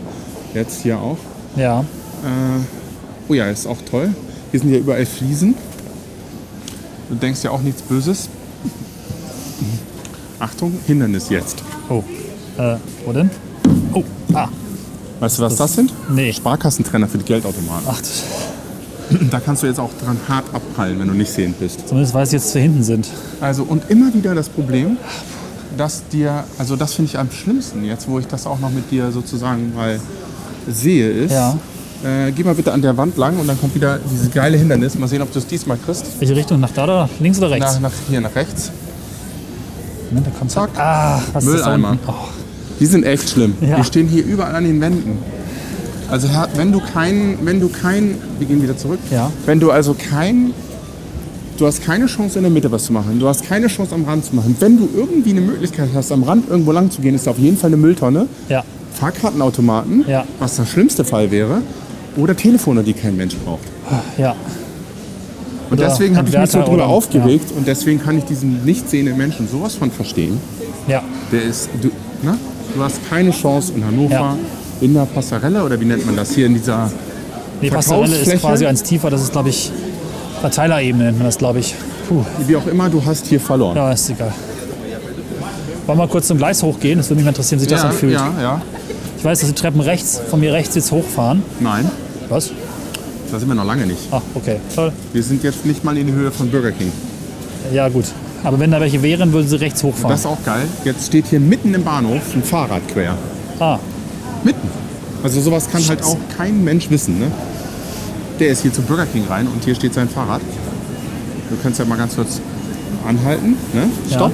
[SPEAKER 2] jetzt hier auch.
[SPEAKER 3] Ja.
[SPEAKER 2] Oh ja, ist auch toll. Hier sind ja überall Fliesen. Du denkst ja auch nichts Böses. Achtung, Hindernis jetzt.
[SPEAKER 3] Oh. Äh, wo denn? Oh. Ah.
[SPEAKER 2] Weißt du, was das, sind?
[SPEAKER 3] Nee.
[SPEAKER 2] Sparkassentrenner für die Geldautomaten.
[SPEAKER 3] Ach, das-
[SPEAKER 2] Da kannst du jetzt auch dran hart abprallen, wenn du nicht sehend bist.
[SPEAKER 3] zumindest weiß ich jetzt, dass wir hinten sind.
[SPEAKER 2] Also und immer wieder das Problem, dass dir, also das finde ich am schlimmsten jetzt, wo ich das auch noch mit dir sozusagen mal sehe, ist,
[SPEAKER 3] Ja.
[SPEAKER 2] äh, geh mal bitte an der Wand lang und dann kommt wieder dieses geile Hindernis. Mal sehen, ob du es diesmal kriegst.
[SPEAKER 3] Welche Richtung? Nach da oder nach links oder rechts?
[SPEAKER 2] Nach, nach, hier nach rechts.
[SPEAKER 3] Ne, da kommt
[SPEAKER 2] Zack.
[SPEAKER 3] Ah, was ist das da
[SPEAKER 2] Mülleimer.
[SPEAKER 3] unten? Oh,
[SPEAKER 2] Die sind echt schlimm.
[SPEAKER 3] Ja.
[SPEAKER 2] Die stehen hier überall an den Wänden. Also Herr, wenn du keinen, wenn du keinen, wir gehen wieder zurück.
[SPEAKER 3] Ja.
[SPEAKER 2] Wenn du also keinen, du hast keine Chance in der Mitte was zu machen. Du hast keine Chance am Rand zu machen. Wenn du irgendwie eine Möglichkeit hast, am Rand irgendwo lang zu gehen, ist da auf jeden Fall eine Mülltonne,
[SPEAKER 3] ja.
[SPEAKER 2] Fahrkartenautomaten,
[SPEAKER 3] Ja.
[SPEAKER 2] was der schlimmste Fall wäre, oder Telefone, die kein Mensch braucht.
[SPEAKER 3] Ja.
[SPEAKER 2] Und
[SPEAKER 3] Oder
[SPEAKER 2] deswegen habe ich mich so
[SPEAKER 3] Handwerker
[SPEAKER 2] drüber
[SPEAKER 3] oder-
[SPEAKER 2] aufgeregt und deswegen kann ich diesen nicht sehenden Menschen sowas von verstehen.
[SPEAKER 3] Ja.
[SPEAKER 2] Der ist, du, ne? du hast keine Chance in Hannover,
[SPEAKER 3] Ja.
[SPEAKER 2] in der Passarelle oder wie nennt man das hier, in dieser,
[SPEAKER 3] Nee, Passerelle ist
[SPEAKER 2] Verkaufsfläche?
[SPEAKER 3] quasi eins tiefer. Das ist, glaube ich, Verteilerebene nennt man das, glaube ich. Puh,
[SPEAKER 2] wie auch immer, du hast hier verloren.
[SPEAKER 3] ja, ist egal. Wollen wir mal kurz zum Gleis hochgehen? Das würde mich mal interessieren, wie sich das
[SPEAKER 2] ja,
[SPEAKER 3] anfühlt.
[SPEAKER 2] ja, ja.
[SPEAKER 3] Ich weiß, dass die Treppen rechts, von mir rechts jetzt hochfahren.
[SPEAKER 2] Nein,
[SPEAKER 3] Was?
[SPEAKER 2] da sind wir noch lange nicht.
[SPEAKER 3] Ah, okay. Toll.
[SPEAKER 2] Wir sind jetzt nicht mal in die Höhe von Burger King.
[SPEAKER 3] Ja, gut. Aber wenn da welche wären, würden sie rechts hochfahren.
[SPEAKER 2] Das ist auch geil. Jetzt steht hier mitten im Bahnhof ein Fahrrad quer.
[SPEAKER 3] ah,
[SPEAKER 2] Mitten. Also sowas kann halt auch kein Mensch wissen. Ne? Der ist hier zu Burger King rein und hier steht sein Fahrrad. Du kannst ja mal ganz kurz anhalten. Ne?
[SPEAKER 3] Ja.
[SPEAKER 2] Stopp.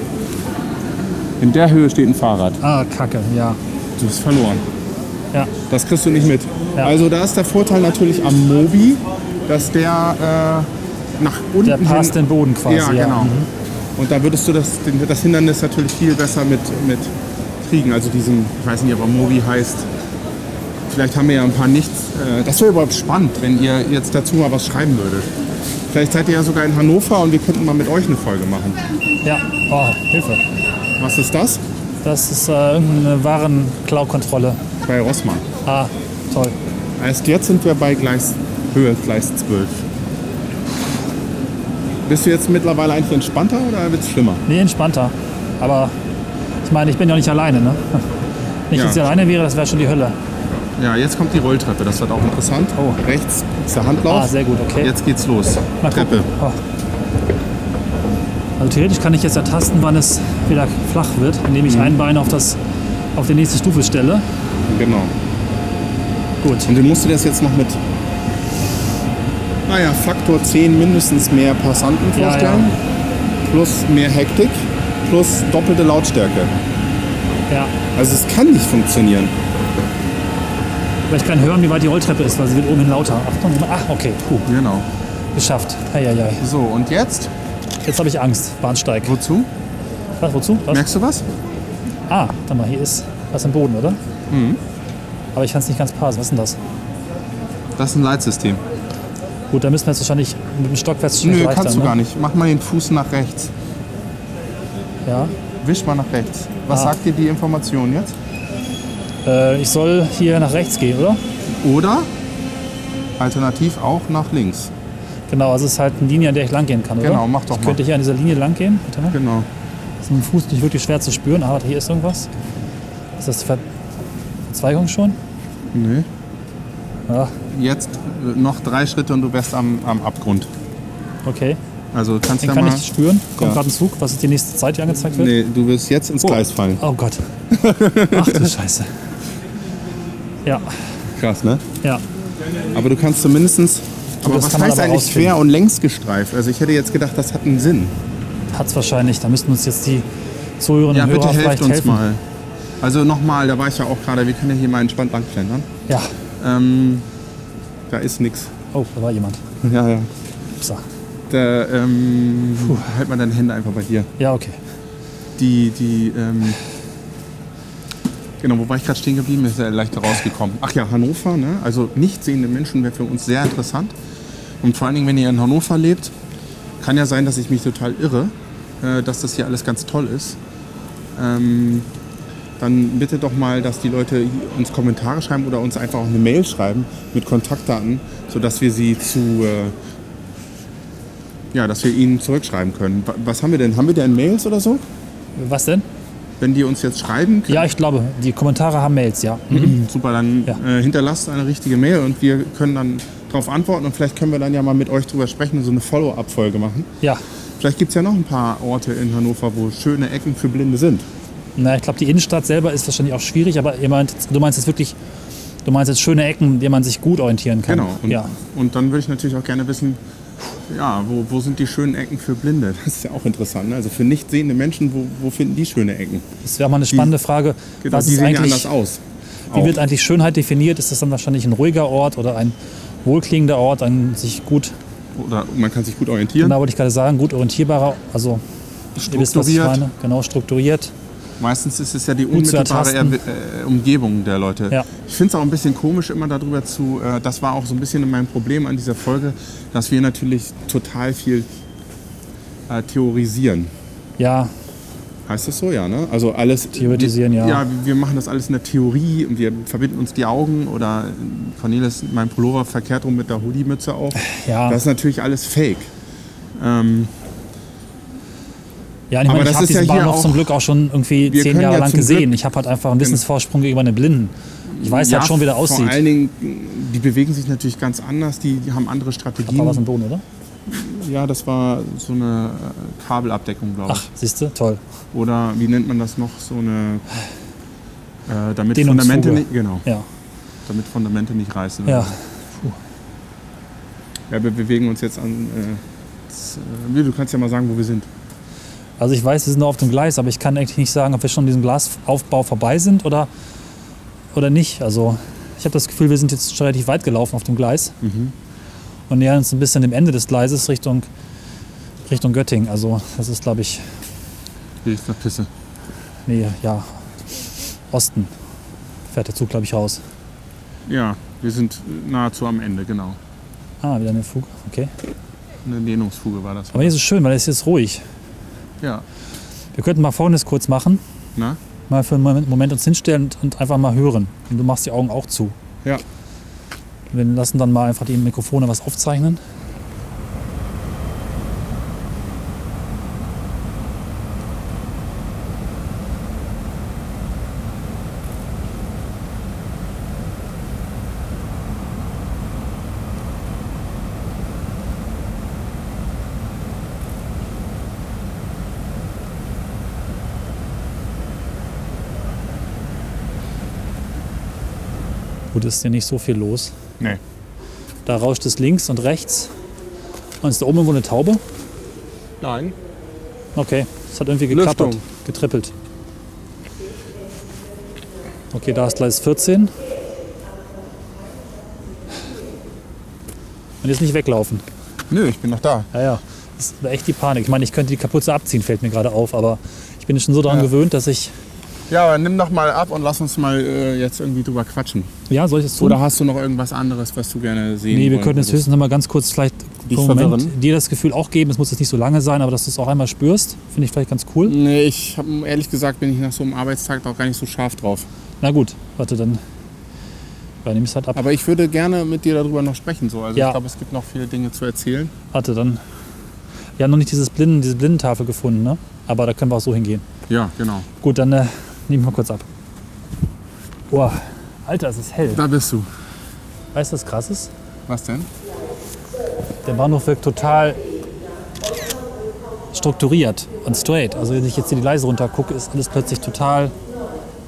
[SPEAKER 2] In der Höhe steht ein Fahrrad.
[SPEAKER 3] ah, Kacke, ja.
[SPEAKER 2] Du bist verloren.
[SPEAKER 3] Ja,
[SPEAKER 2] Das kriegst du nicht mit.
[SPEAKER 3] Ja.
[SPEAKER 2] Also da ist der Vorteil natürlich am Mobi, dass der äh, nach unten
[SPEAKER 3] der passt
[SPEAKER 2] hin,
[SPEAKER 3] den Boden quasi. Mhm.
[SPEAKER 2] Ja, genau. Und da würdest du das, den- das Hindernis natürlich viel besser mit, mit kriegen. Also diesen, ich weiß nicht, ob er Mobi heißt. Vielleicht haben wir ja ein paar Nichts. Äh, das wäre überhaupt spannend, wenn ihr jetzt dazu mal was schreiben würdet. Vielleicht seid ihr ja sogar in Hannover und wir könnten mal mit euch eine Folge machen.
[SPEAKER 3] Ja, oh, Hilfe.
[SPEAKER 2] Was ist das?
[SPEAKER 3] Das ist äh, irgendeine Warenklaukontrolle.
[SPEAKER 2] Bei Rossmann.
[SPEAKER 3] Ah, toll.
[SPEAKER 2] Erst jetzt sind wir bei Gleis, Höhe Gleis 12. Bist du jetzt mittlerweile eigentlich entspannter oder wird es schlimmer?
[SPEAKER 3] Nee, entspannter. Aber ich meine, ich bin ja nicht alleine, ne? (laughs) Wenn ich
[SPEAKER 2] Ja.
[SPEAKER 3] jetzt hier alleine wäre, das wäre schon die Hölle.
[SPEAKER 2] Ja, jetzt kommt die Rolltreppe, das wird auch interessant.
[SPEAKER 3] Oh.
[SPEAKER 2] Rechts ist der Handlauf.
[SPEAKER 3] Ah, sehr gut, okay.
[SPEAKER 2] Jetzt geht's los.
[SPEAKER 3] Mal gucken.
[SPEAKER 2] Treppe.
[SPEAKER 3] Oh. Also theoretisch kann ich jetzt ertasten, wann es wieder flach wird, indem ich ein Bein auf, das, auf die nächste Stufe stelle.
[SPEAKER 2] Genau.
[SPEAKER 3] Gut.
[SPEAKER 2] Und dann musst du das jetzt noch mit, naja, Faktor 10 mindestens mehr Passanten
[SPEAKER 3] Ja,
[SPEAKER 2] vorstellen. Plus mehr Hektik, plus doppelte Lautstärke.
[SPEAKER 3] Ja.
[SPEAKER 2] Also es kann nicht funktionieren.
[SPEAKER 3] Aber ich kann hören, wie weit die Rolltreppe ist, weil sie wird oben hin lauter. Achtung, ach, okay. Puh,
[SPEAKER 2] Genau.
[SPEAKER 3] geschafft. Eieiei.
[SPEAKER 2] So, und jetzt?
[SPEAKER 3] Jetzt habe ich Angst. Bahnsteig.
[SPEAKER 2] Wozu?
[SPEAKER 3] Was, wozu? Was?
[SPEAKER 2] Merkst du was?
[SPEAKER 3] Ah, warte mal, hier ist was im Boden, oder?
[SPEAKER 2] Mhm.
[SPEAKER 3] Aber ich kann es nicht ganz parsen. Was ist denn das?
[SPEAKER 2] Das ist ein Leitsystem.
[SPEAKER 3] Gut, da müssen wir jetzt wahrscheinlich mit dem Stock wahrscheinlich
[SPEAKER 2] Nö,
[SPEAKER 3] leichter,
[SPEAKER 2] kannst du
[SPEAKER 3] ne?
[SPEAKER 2] gar nicht. Mach mal den Fuß nach rechts.
[SPEAKER 3] Ja.
[SPEAKER 2] Wisch mal nach rechts. Was
[SPEAKER 3] Ah.
[SPEAKER 2] sagt dir die Information jetzt?
[SPEAKER 3] Äh, ich soll hier nach rechts gehen, oder?
[SPEAKER 2] Oder alternativ auch nach links.
[SPEAKER 3] Genau, also es ist halt eine Linie, an der ich lang gehen kann, oder?
[SPEAKER 2] Genau, mach doch
[SPEAKER 3] ich
[SPEAKER 2] mal.
[SPEAKER 3] Könnte hier an dieser Linie lang gehen? Warte mal.
[SPEAKER 2] Genau.
[SPEAKER 3] Ist mit dem Fuß nicht wirklich schwer zu spüren. Ah, warte, hier ist irgendwas. Ist das die Ver Verzweigung schon?
[SPEAKER 2] Nee.
[SPEAKER 3] Ah,
[SPEAKER 2] Jetzt äh, noch drei Schritte und du wärst am, am Abgrund.
[SPEAKER 3] okay.
[SPEAKER 2] Also kannst
[SPEAKER 3] Den
[SPEAKER 2] ja
[SPEAKER 3] kann
[SPEAKER 2] mal.
[SPEAKER 3] ich spüren. Kommt
[SPEAKER 2] Ja.
[SPEAKER 3] gerade ein Zug. Was ist die nächste Zeit, die angezeigt wird?
[SPEAKER 2] Nee, du wirst jetzt ins Gleis fallen. (laughs)
[SPEAKER 3] Oh Gott. Ach du Scheiße. Ja,
[SPEAKER 2] Krass, ne?
[SPEAKER 3] ja.
[SPEAKER 2] Aber du kannst zumindestens. Aber
[SPEAKER 3] das
[SPEAKER 2] was
[SPEAKER 3] kann man
[SPEAKER 2] heißt
[SPEAKER 3] aber
[SPEAKER 2] eigentlich
[SPEAKER 3] rausfinden.
[SPEAKER 2] quer und längs gestreift? Also ich hätte jetzt gedacht, das hat einen Sinn.
[SPEAKER 3] Hat's wahrscheinlich. Da müssten uns jetzt die Zuhörerinnen und Hörer vielleicht helfen.
[SPEAKER 2] mal. Also nochmal, da war ich ja auch gerade, wir können ja hier mal entspannt langschlendern.
[SPEAKER 3] Ja.
[SPEAKER 2] Ähm, da ist nichts.
[SPEAKER 3] Oh, da war jemand.
[SPEAKER 2] Ja, ja.
[SPEAKER 3] So.
[SPEAKER 2] Da, ähm, halt mal deine Hände einfach bei dir.
[SPEAKER 3] Ja, okay.
[SPEAKER 2] Die, die, ähm, genau, wo war ich gerade stehen geblieben? Ist ja leicht rausgekommen. Ach ja, Hannover, ne? Also nicht sehende Menschen wäre für uns sehr interessant. Und vor allen Dingen, wenn ihr in Hannover lebt, kann ja sein, dass ich mich total irre, äh, dass das hier alles ganz toll ist. Ähm, dann bitte doch mal, dass die Leute uns Kommentare schreiben oder uns einfach auch eine Mail schreiben mit Kontaktdaten, sodass wir sie zu, äh, ja, dass wir ihnen zurückschreiben können. Wa- Was haben wir denn? Haben wir denn Mails oder so?
[SPEAKER 3] Was denn?
[SPEAKER 2] Wenn die uns jetzt schreiben,
[SPEAKER 3] Ja, ich glaube, die Kommentare haben Mails, ja. Mhm.
[SPEAKER 2] Super, dann
[SPEAKER 3] Ja.
[SPEAKER 2] äh, hinterlasst eine richtige Mail und wir können dann darauf antworten und vielleicht können wir dann ja mal mit euch drüber sprechen und so eine Follow-up-Folge machen.
[SPEAKER 3] Ja.
[SPEAKER 2] Vielleicht gibt es ja noch ein paar Orte in Hannover, wo schöne Ecken für Blinde sind.
[SPEAKER 3] Na, ich glaube, die Innenstadt selber ist wahrscheinlich auch schwierig, aber ihr meint, du meinst jetzt wirklich, du meinst jetzt schöne Ecken, in denen man sich gut orientieren kann.
[SPEAKER 2] Genau. Und,
[SPEAKER 3] ja.
[SPEAKER 2] und dann würde ich natürlich auch gerne wissen, ja, wo, wo sind die schönen Ecken für Blinde? Das ist ja auch interessant. Ne? Also für nicht sehende Menschen, wo, wo finden die schöne Ecken?
[SPEAKER 3] Das wäre mal eine spannende Frage.
[SPEAKER 2] Genau,
[SPEAKER 3] was
[SPEAKER 2] die
[SPEAKER 3] ist
[SPEAKER 2] sehen ja
[SPEAKER 3] eigentlich,
[SPEAKER 2] anders aus.
[SPEAKER 3] wie
[SPEAKER 2] Auch.
[SPEAKER 3] wird eigentlich Schönheit definiert? Ist das dann wahrscheinlich ein ruhiger Ort oder ein wohlklingender Ort, ein sich gut,
[SPEAKER 2] Oder man kann sich gut orientieren.
[SPEAKER 3] genau wollte ich gerade sagen, gut orientierbarer, also ihr wisst, was ich meine, genau strukturiert.
[SPEAKER 2] Meistens ist es ja die
[SPEAKER 3] Gut zu
[SPEAKER 2] unmittelbare
[SPEAKER 3] ertasten.
[SPEAKER 2] Erbe- äh, Umgebung der Leute.
[SPEAKER 3] Ja.
[SPEAKER 2] Ich finde es auch ein bisschen komisch, immer darüber zu. Äh, das war auch so ein bisschen mein Problem an dieser Folge, dass wir natürlich total viel äh, theorisieren.
[SPEAKER 3] Ja,
[SPEAKER 2] Heißt das so, ja, ne? Also alles.
[SPEAKER 3] Theoretisieren,
[SPEAKER 2] wir,
[SPEAKER 3] ja.
[SPEAKER 2] Ja, wir machen das alles in der Theorie und wir verbinden uns die Augen oder Cornelis, mein Pullover verkehrt rum mit der Hoodie-Mütze auf.
[SPEAKER 3] (laughs) ja,
[SPEAKER 2] Das ist natürlich alles fake. Ähm,
[SPEAKER 3] ja. und Ich
[SPEAKER 2] aber
[SPEAKER 3] meine, ich
[SPEAKER 2] das
[SPEAKER 3] habe
[SPEAKER 2] ist ja
[SPEAKER 3] diesen
[SPEAKER 2] hier
[SPEAKER 3] Bahnhof zum
[SPEAKER 2] auch-
[SPEAKER 3] Glück auch schon irgendwie
[SPEAKER 2] Wir
[SPEAKER 3] zehn
[SPEAKER 2] können
[SPEAKER 3] Jahre
[SPEAKER 2] ja
[SPEAKER 3] lang
[SPEAKER 2] zum
[SPEAKER 3] gesehen.
[SPEAKER 2] Glück-
[SPEAKER 3] Ich habe halt einfach einen Wissensvorsprung gegenüber den Blinden. Ich weiß
[SPEAKER 2] ja,
[SPEAKER 3] halt schon, wie der
[SPEAKER 2] Vor allen
[SPEAKER 3] aussieht.
[SPEAKER 2] Dingen, die bewegen sich natürlich ganz anders, die, die haben andere Strategien.
[SPEAKER 3] War was im Boden, oder?
[SPEAKER 2] Ja, das war so eine äh, Kabelabdeckung, glaube ich.
[SPEAKER 3] Ach, siehst du, toll.
[SPEAKER 2] Oder wie nennt man das noch? So eine. Äh, damit,
[SPEAKER 3] Dehnungsfuge.
[SPEAKER 2] Fundamente nicht, genau,
[SPEAKER 3] Ja,
[SPEAKER 2] damit Fundamente nicht reißen.
[SPEAKER 3] ja.
[SPEAKER 2] ja, wir bewegen uns jetzt an. Äh, das, äh, Will, du kannst ja mal sagen, wo wir sind.
[SPEAKER 3] Also ich weiß, wir sind noch auf dem Gleis, aber ich kann eigentlich nicht sagen, ob wir schon an diesem Glasaufbau vorbei sind oder, oder nicht. Also ich habe das Gefühl, wir sind jetzt schon relativ weit gelaufen auf dem Gleis und nähern uns ein bisschen dem Ende des Gleises Richtung, Richtung Göttingen. Also das ist, glaube ich,
[SPEAKER 2] Hier ist eine Pisse.
[SPEAKER 3] nee, ja, Osten fährt der Zug, glaube ich, raus.
[SPEAKER 2] Ja, wir sind äh, nahezu am Ende, genau.
[SPEAKER 3] Ah, wieder eine Fuge, okay.
[SPEAKER 2] Eine Dehnungsfuge war das.
[SPEAKER 3] Aber hier ist es schön, weil es ist jetzt ruhig.
[SPEAKER 2] Ja,
[SPEAKER 3] Wir könnten mal Folgendes kurz machen,
[SPEAKER 2] na?
[SPEAKER 3] mal für einen Moment, Moment uns hinstellen und, und einfach mal hören. Und du machst die Augen auch zu.
[SPEAKER 2] Ja.
[SPEAKER 3] Wir lassen dann mal einfach die Mikrofone was aufzeichnen. Gut, ist hier nicht so viel los.
[SPEAKER 2] Nee.
[SPEAKER 3] Da rauscht es links und rechts. Und ist da oben irgendwo eine Taube?
[SPEAKER 2] Nein.
[SPEAKER 3] Okay, es hat irgendwie geklappert,
[SPEAKER 2] Lüftung.
[SPEAKER 3] getrippelt. Okay, da ist Gleis 14. Und jetzt nicht weglaufen.
[SPEAKER 2] Nö, ich bin noch da.
[SPEAKER 3] Ja, ja. Das war echt die Panik. Ich meine, ich könnte die Kapuze abziehen, fällt mir gerade auf, aber ich bin schon so daran
[SPEAKER 2] Ja.
[SPEAKER 3] gewöhnt, dass ich.
[SPEAKER 2] Ja, aber nimm doch mal ab und lass uns mal äh, jetzt irgendwie drüber quatschen.
[SPEAKER 3] Ja, soll ich das tun?
[SPEAKER 2] Oder hast du noch irgendwas anderes, was du gerne sehen
[SPEAKER 3] Hm? Nee, wir
[SPEAKER 2] wollen
[SPEAKER 3] können jetzt
[SPEAKER 2] würdest?
[SPEAKER 3] höchstens noch mal ganz kurz vielleicht
[SPEAKER 2] Dich
[SPEAKER 3] für einen Moment
[SPEAKER 2] verwirren?
[SPEAKER 3] dir das Gefühl auch geben, es muss jetzt nicht so lange sein, aber dass du es auch einmal spürst, finde ich vielleicht ganz cool.
[SPEAKER 2] Nee, ich hab, ehrlich gesagt bin ich nach so einem Arbeitstag auch gar nicht so scharf drauf.
[SPEAKER 3] Na gut, warte, dann ja, nehme ich es halt ab.
[SPEAKER 2] Aber ich würde gerne mit dir darüber noch sprechen. So. Also
[SPEAKER 3] Ja.
[SPEAKER 2] ich glaube, es gibt noch viele Dinge zu erzählen.
[SPEAKER 3] Warte, dann. Wir haben noch nicht dieses Blinden, diese Blindentafel gefunden, ne? Aber da können wir auch so hingehen.
[SPEAKER 2] Ja, genau.
[SPEAKER 3] Gut, dann äh, nehme ich mal kurz ab. Boah, Alter, es ist hell.
[SPEAKER 2] Da bist du.
[SPEAKER 3] Weißt du, was krass ist?
[SPEAKER 2] Was denn?
[SPEAKER 3] Der Bahnhof wirkt total strukturiert und straight. Also wenn ich jetzt hier die Leise runter gucke, ist alles plötzlich total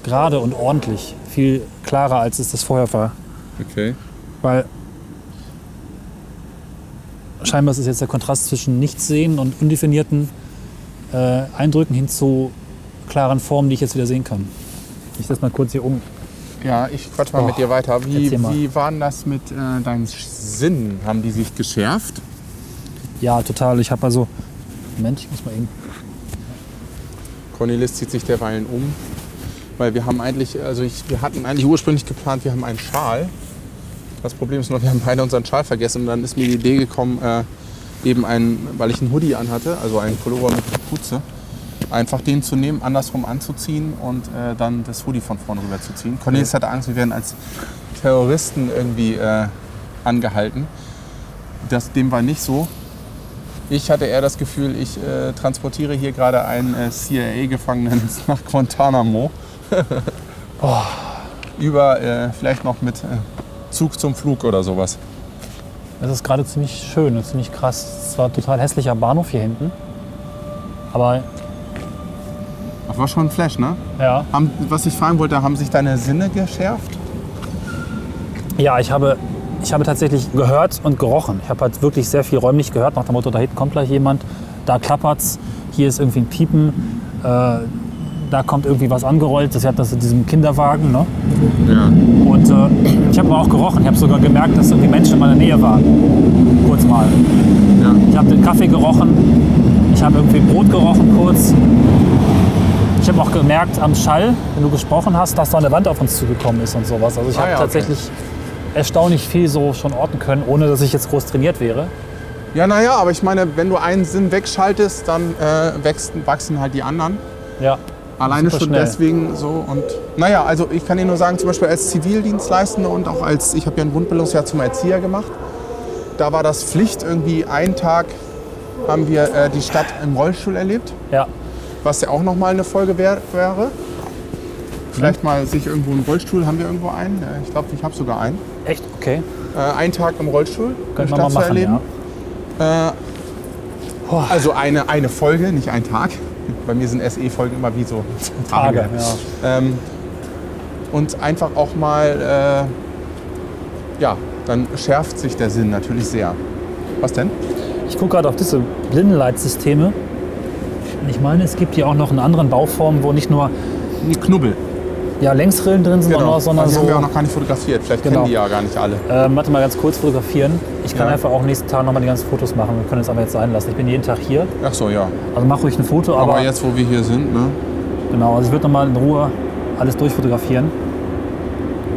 [SPEAKER 3] gerade und ordentlich. Viel klarer, als es das vorher war.
[SPEAKER 2] Okay.
[SPEAKER 3] Weil scheinbar ist es jetzt der Kontrast zwischen Nichtsehen und undefinierten äh, Eindrücken hin zu klaren Formen, die ich jetzt wieder sehen kann. Ich setze mal kurz hier um.
[SPEAKER 2] Ja, ich quatsch mal mit dir weiter. Wie,
[SPEAKER 3] erzähl mal.
[SPEAKER 2] wie war denn das mit äh, deinen Sch- Sinnen? Haben die sich geschärft?
[SPEAKER 3] Ja, total. Ich habe also. Moment, ich muss mal eben.
[SPEAKER 2] Cornelis zieht sich derweilen um, weil wir haben eigentlich, also ich, wir hatten eigentlich ursprünglich geplant, wir haben einen Schal. Das Problem ist nur, wir haben beide unseren Schal vergessen und dann ist mir die Idee gekommen, äh, eben einen, weil ich einen Hoodie anhatte, also einen Pullover mit Kapuze, einfach den zu nehmen, andersrum anzuziehen und äh, dann das Hoodie von vorne rüber zu ziehen. Cornelis hatte Angst, wir werden als Terroristen irgendwie äh, angehalten. Das, dem war nicht so. Ich hatte eher das Gefühl, ich äh, transportiere hier gerade einen äh, CIA-Gefangenen (laughs) nach Guantanamo. (laughs) Oh, Über äh, vielleicht noch mit äh, Zug zum Flug oder sowas.
[SPEAKER 3] Es ist gerade ziemlich schön und ziemlich krass. Es ist zwar total hässlicher Bahnhof hier hinten. Aber
[SPEAKER 2] Das war schon ein Flash, ne?
[SPEAKER 3] ja.
[SPEAKER 2] Haben, was ich fragen wollte, haben sich deine Sinne geschärft?
[SPEAKER 3] Ja, ich habe, ich habe tatsächlich gehört und gerochen. Ich habe halt wirklich sehr viel räumlich gehört, nach dem Motto, da hinten kommt gleich jemand, da klappert's, hier ist irgendwie ein Piepen, äh, da kommt irgendwie was angerollt. Das hat das in diesem Kinderwagen, ne?
[SPEAKER 2] Ja.
[SPEAKER 3] Und äh, ich habe aber auch gerochen. Ich habe sogar gemerkt, dass irgendwie Menschen in meiner Nähe waren. Kurz mal.
[SPEAKER 2] Ja.
[SPEAKER 3] Ich habe den Kaffee gerochen. Ich habe irgendwie Brot gerochen kurz. Ich habe auch gemerkt am Schall, wenn du gesprochen hast, dass da eine Wand auf uns zugekommen ist und sowas. Also ich
[SPEAKER 2] Ah
[SPEAKER 3] habe
[SPEAKER 2] ja, okay.
[SPEAKER 3] tatsächlich erstaunlich viel so schon orten können, ohne dass ich jetzt groß trainiert wäre.
[SPEAKER 2] Ja, naja, aber ich meine, wenn du einen Sinn wegschaltest, dann äh, wächst, wachsen halt die anderen.
[SPEAKER 3] Ja.
[SPEAKER 2] Alleine
[SPEAKER 3] Super
[SPEAKER 2] schon
[SPEAKER 3] schnell.
[SPEAKER 2] deswegen so und naja, also ich kann Ihnen nur sagen, zum Beispiel als Zivildienstleistende und auch als, ich habe ja ein Grundbildungsjahr zum Erzieher gemacht, da war das Pflicht irgendwie einen Tag haben wir äh, die Stadt im Rollstuhl erlebt,
[SPEAKER 3] Ja.
[SPEAKER 2] was ja auch nochmal eine Folge wär, wäre. Vielleicht mal sich irgendwo einen Rollstuhl, haben wir irgendwo einen? Äh, Ich glaube, ich habe sogar einen.
[SPEAKER 3] Echt? Okay.
[SPEAKER 2] Äh, einen Tag im Rollstuhl, eine
[SPEAKER 3] Können wir
[SPEAKER 2] Stadt
[SPEAKER 3] mal
[SPEAKER 2] zu
[SPEAKER 3] machen.
[SPEAKER 2] erleben.
[SPEAKER 3] Ja.
[SPEAKER 2] Also eine, eine Folge, nicht ein Tag. Bei mir sind SE-Folgen immer wie so
[SPEAKER 3] Tage. Ja.
[SPEAKER 2] ähm, und einfach auch mal, äh, ja, dann schärft sich der Sinn natürlich sehr. Was denn?
[SPEAKER 3] Ich gucke gerade auf diese Blindenleitsysteme. Und ich meine, es gibt hier auch noch einen anderen Bauform, wo nicht nur
[SPEAKER 2] Knubbel.
[SPEAKER 3] ja, Längsrillen drin sind, sondern auch, sondern
[SPEAKER 2] die
[SPEAKER 3] so.
[SPEAKER 2] Also, haben wir auch noch gar Genau. nicht fotografiert. Vielleicht
[SPEAKER 3] Genau.
[SPEAKER 2] kennen die ja gar nicht alle.
[SPEAKER 3] Ähm, warte mal ganz kurz fotografieren. Ich kann
[SPEAKER 2] Ja.
[SPEAKER 3] einfach auch nächsten Tag nochmal die ganzen Fotos machen. Wir können es aber jetzt sein lassen. Ich bin jeden Tag hier.
[SPEAKER 2] Ach so, ja.
[SPEAKER 3] Also mach ruhig ein Foto, aber,
[SPEAKER 2] Aber, jetzt, wo wir hier sind, ne?
[SPEAKER 3] genau. Also ich würde nochmal in Ruhe alles durchfotografieren.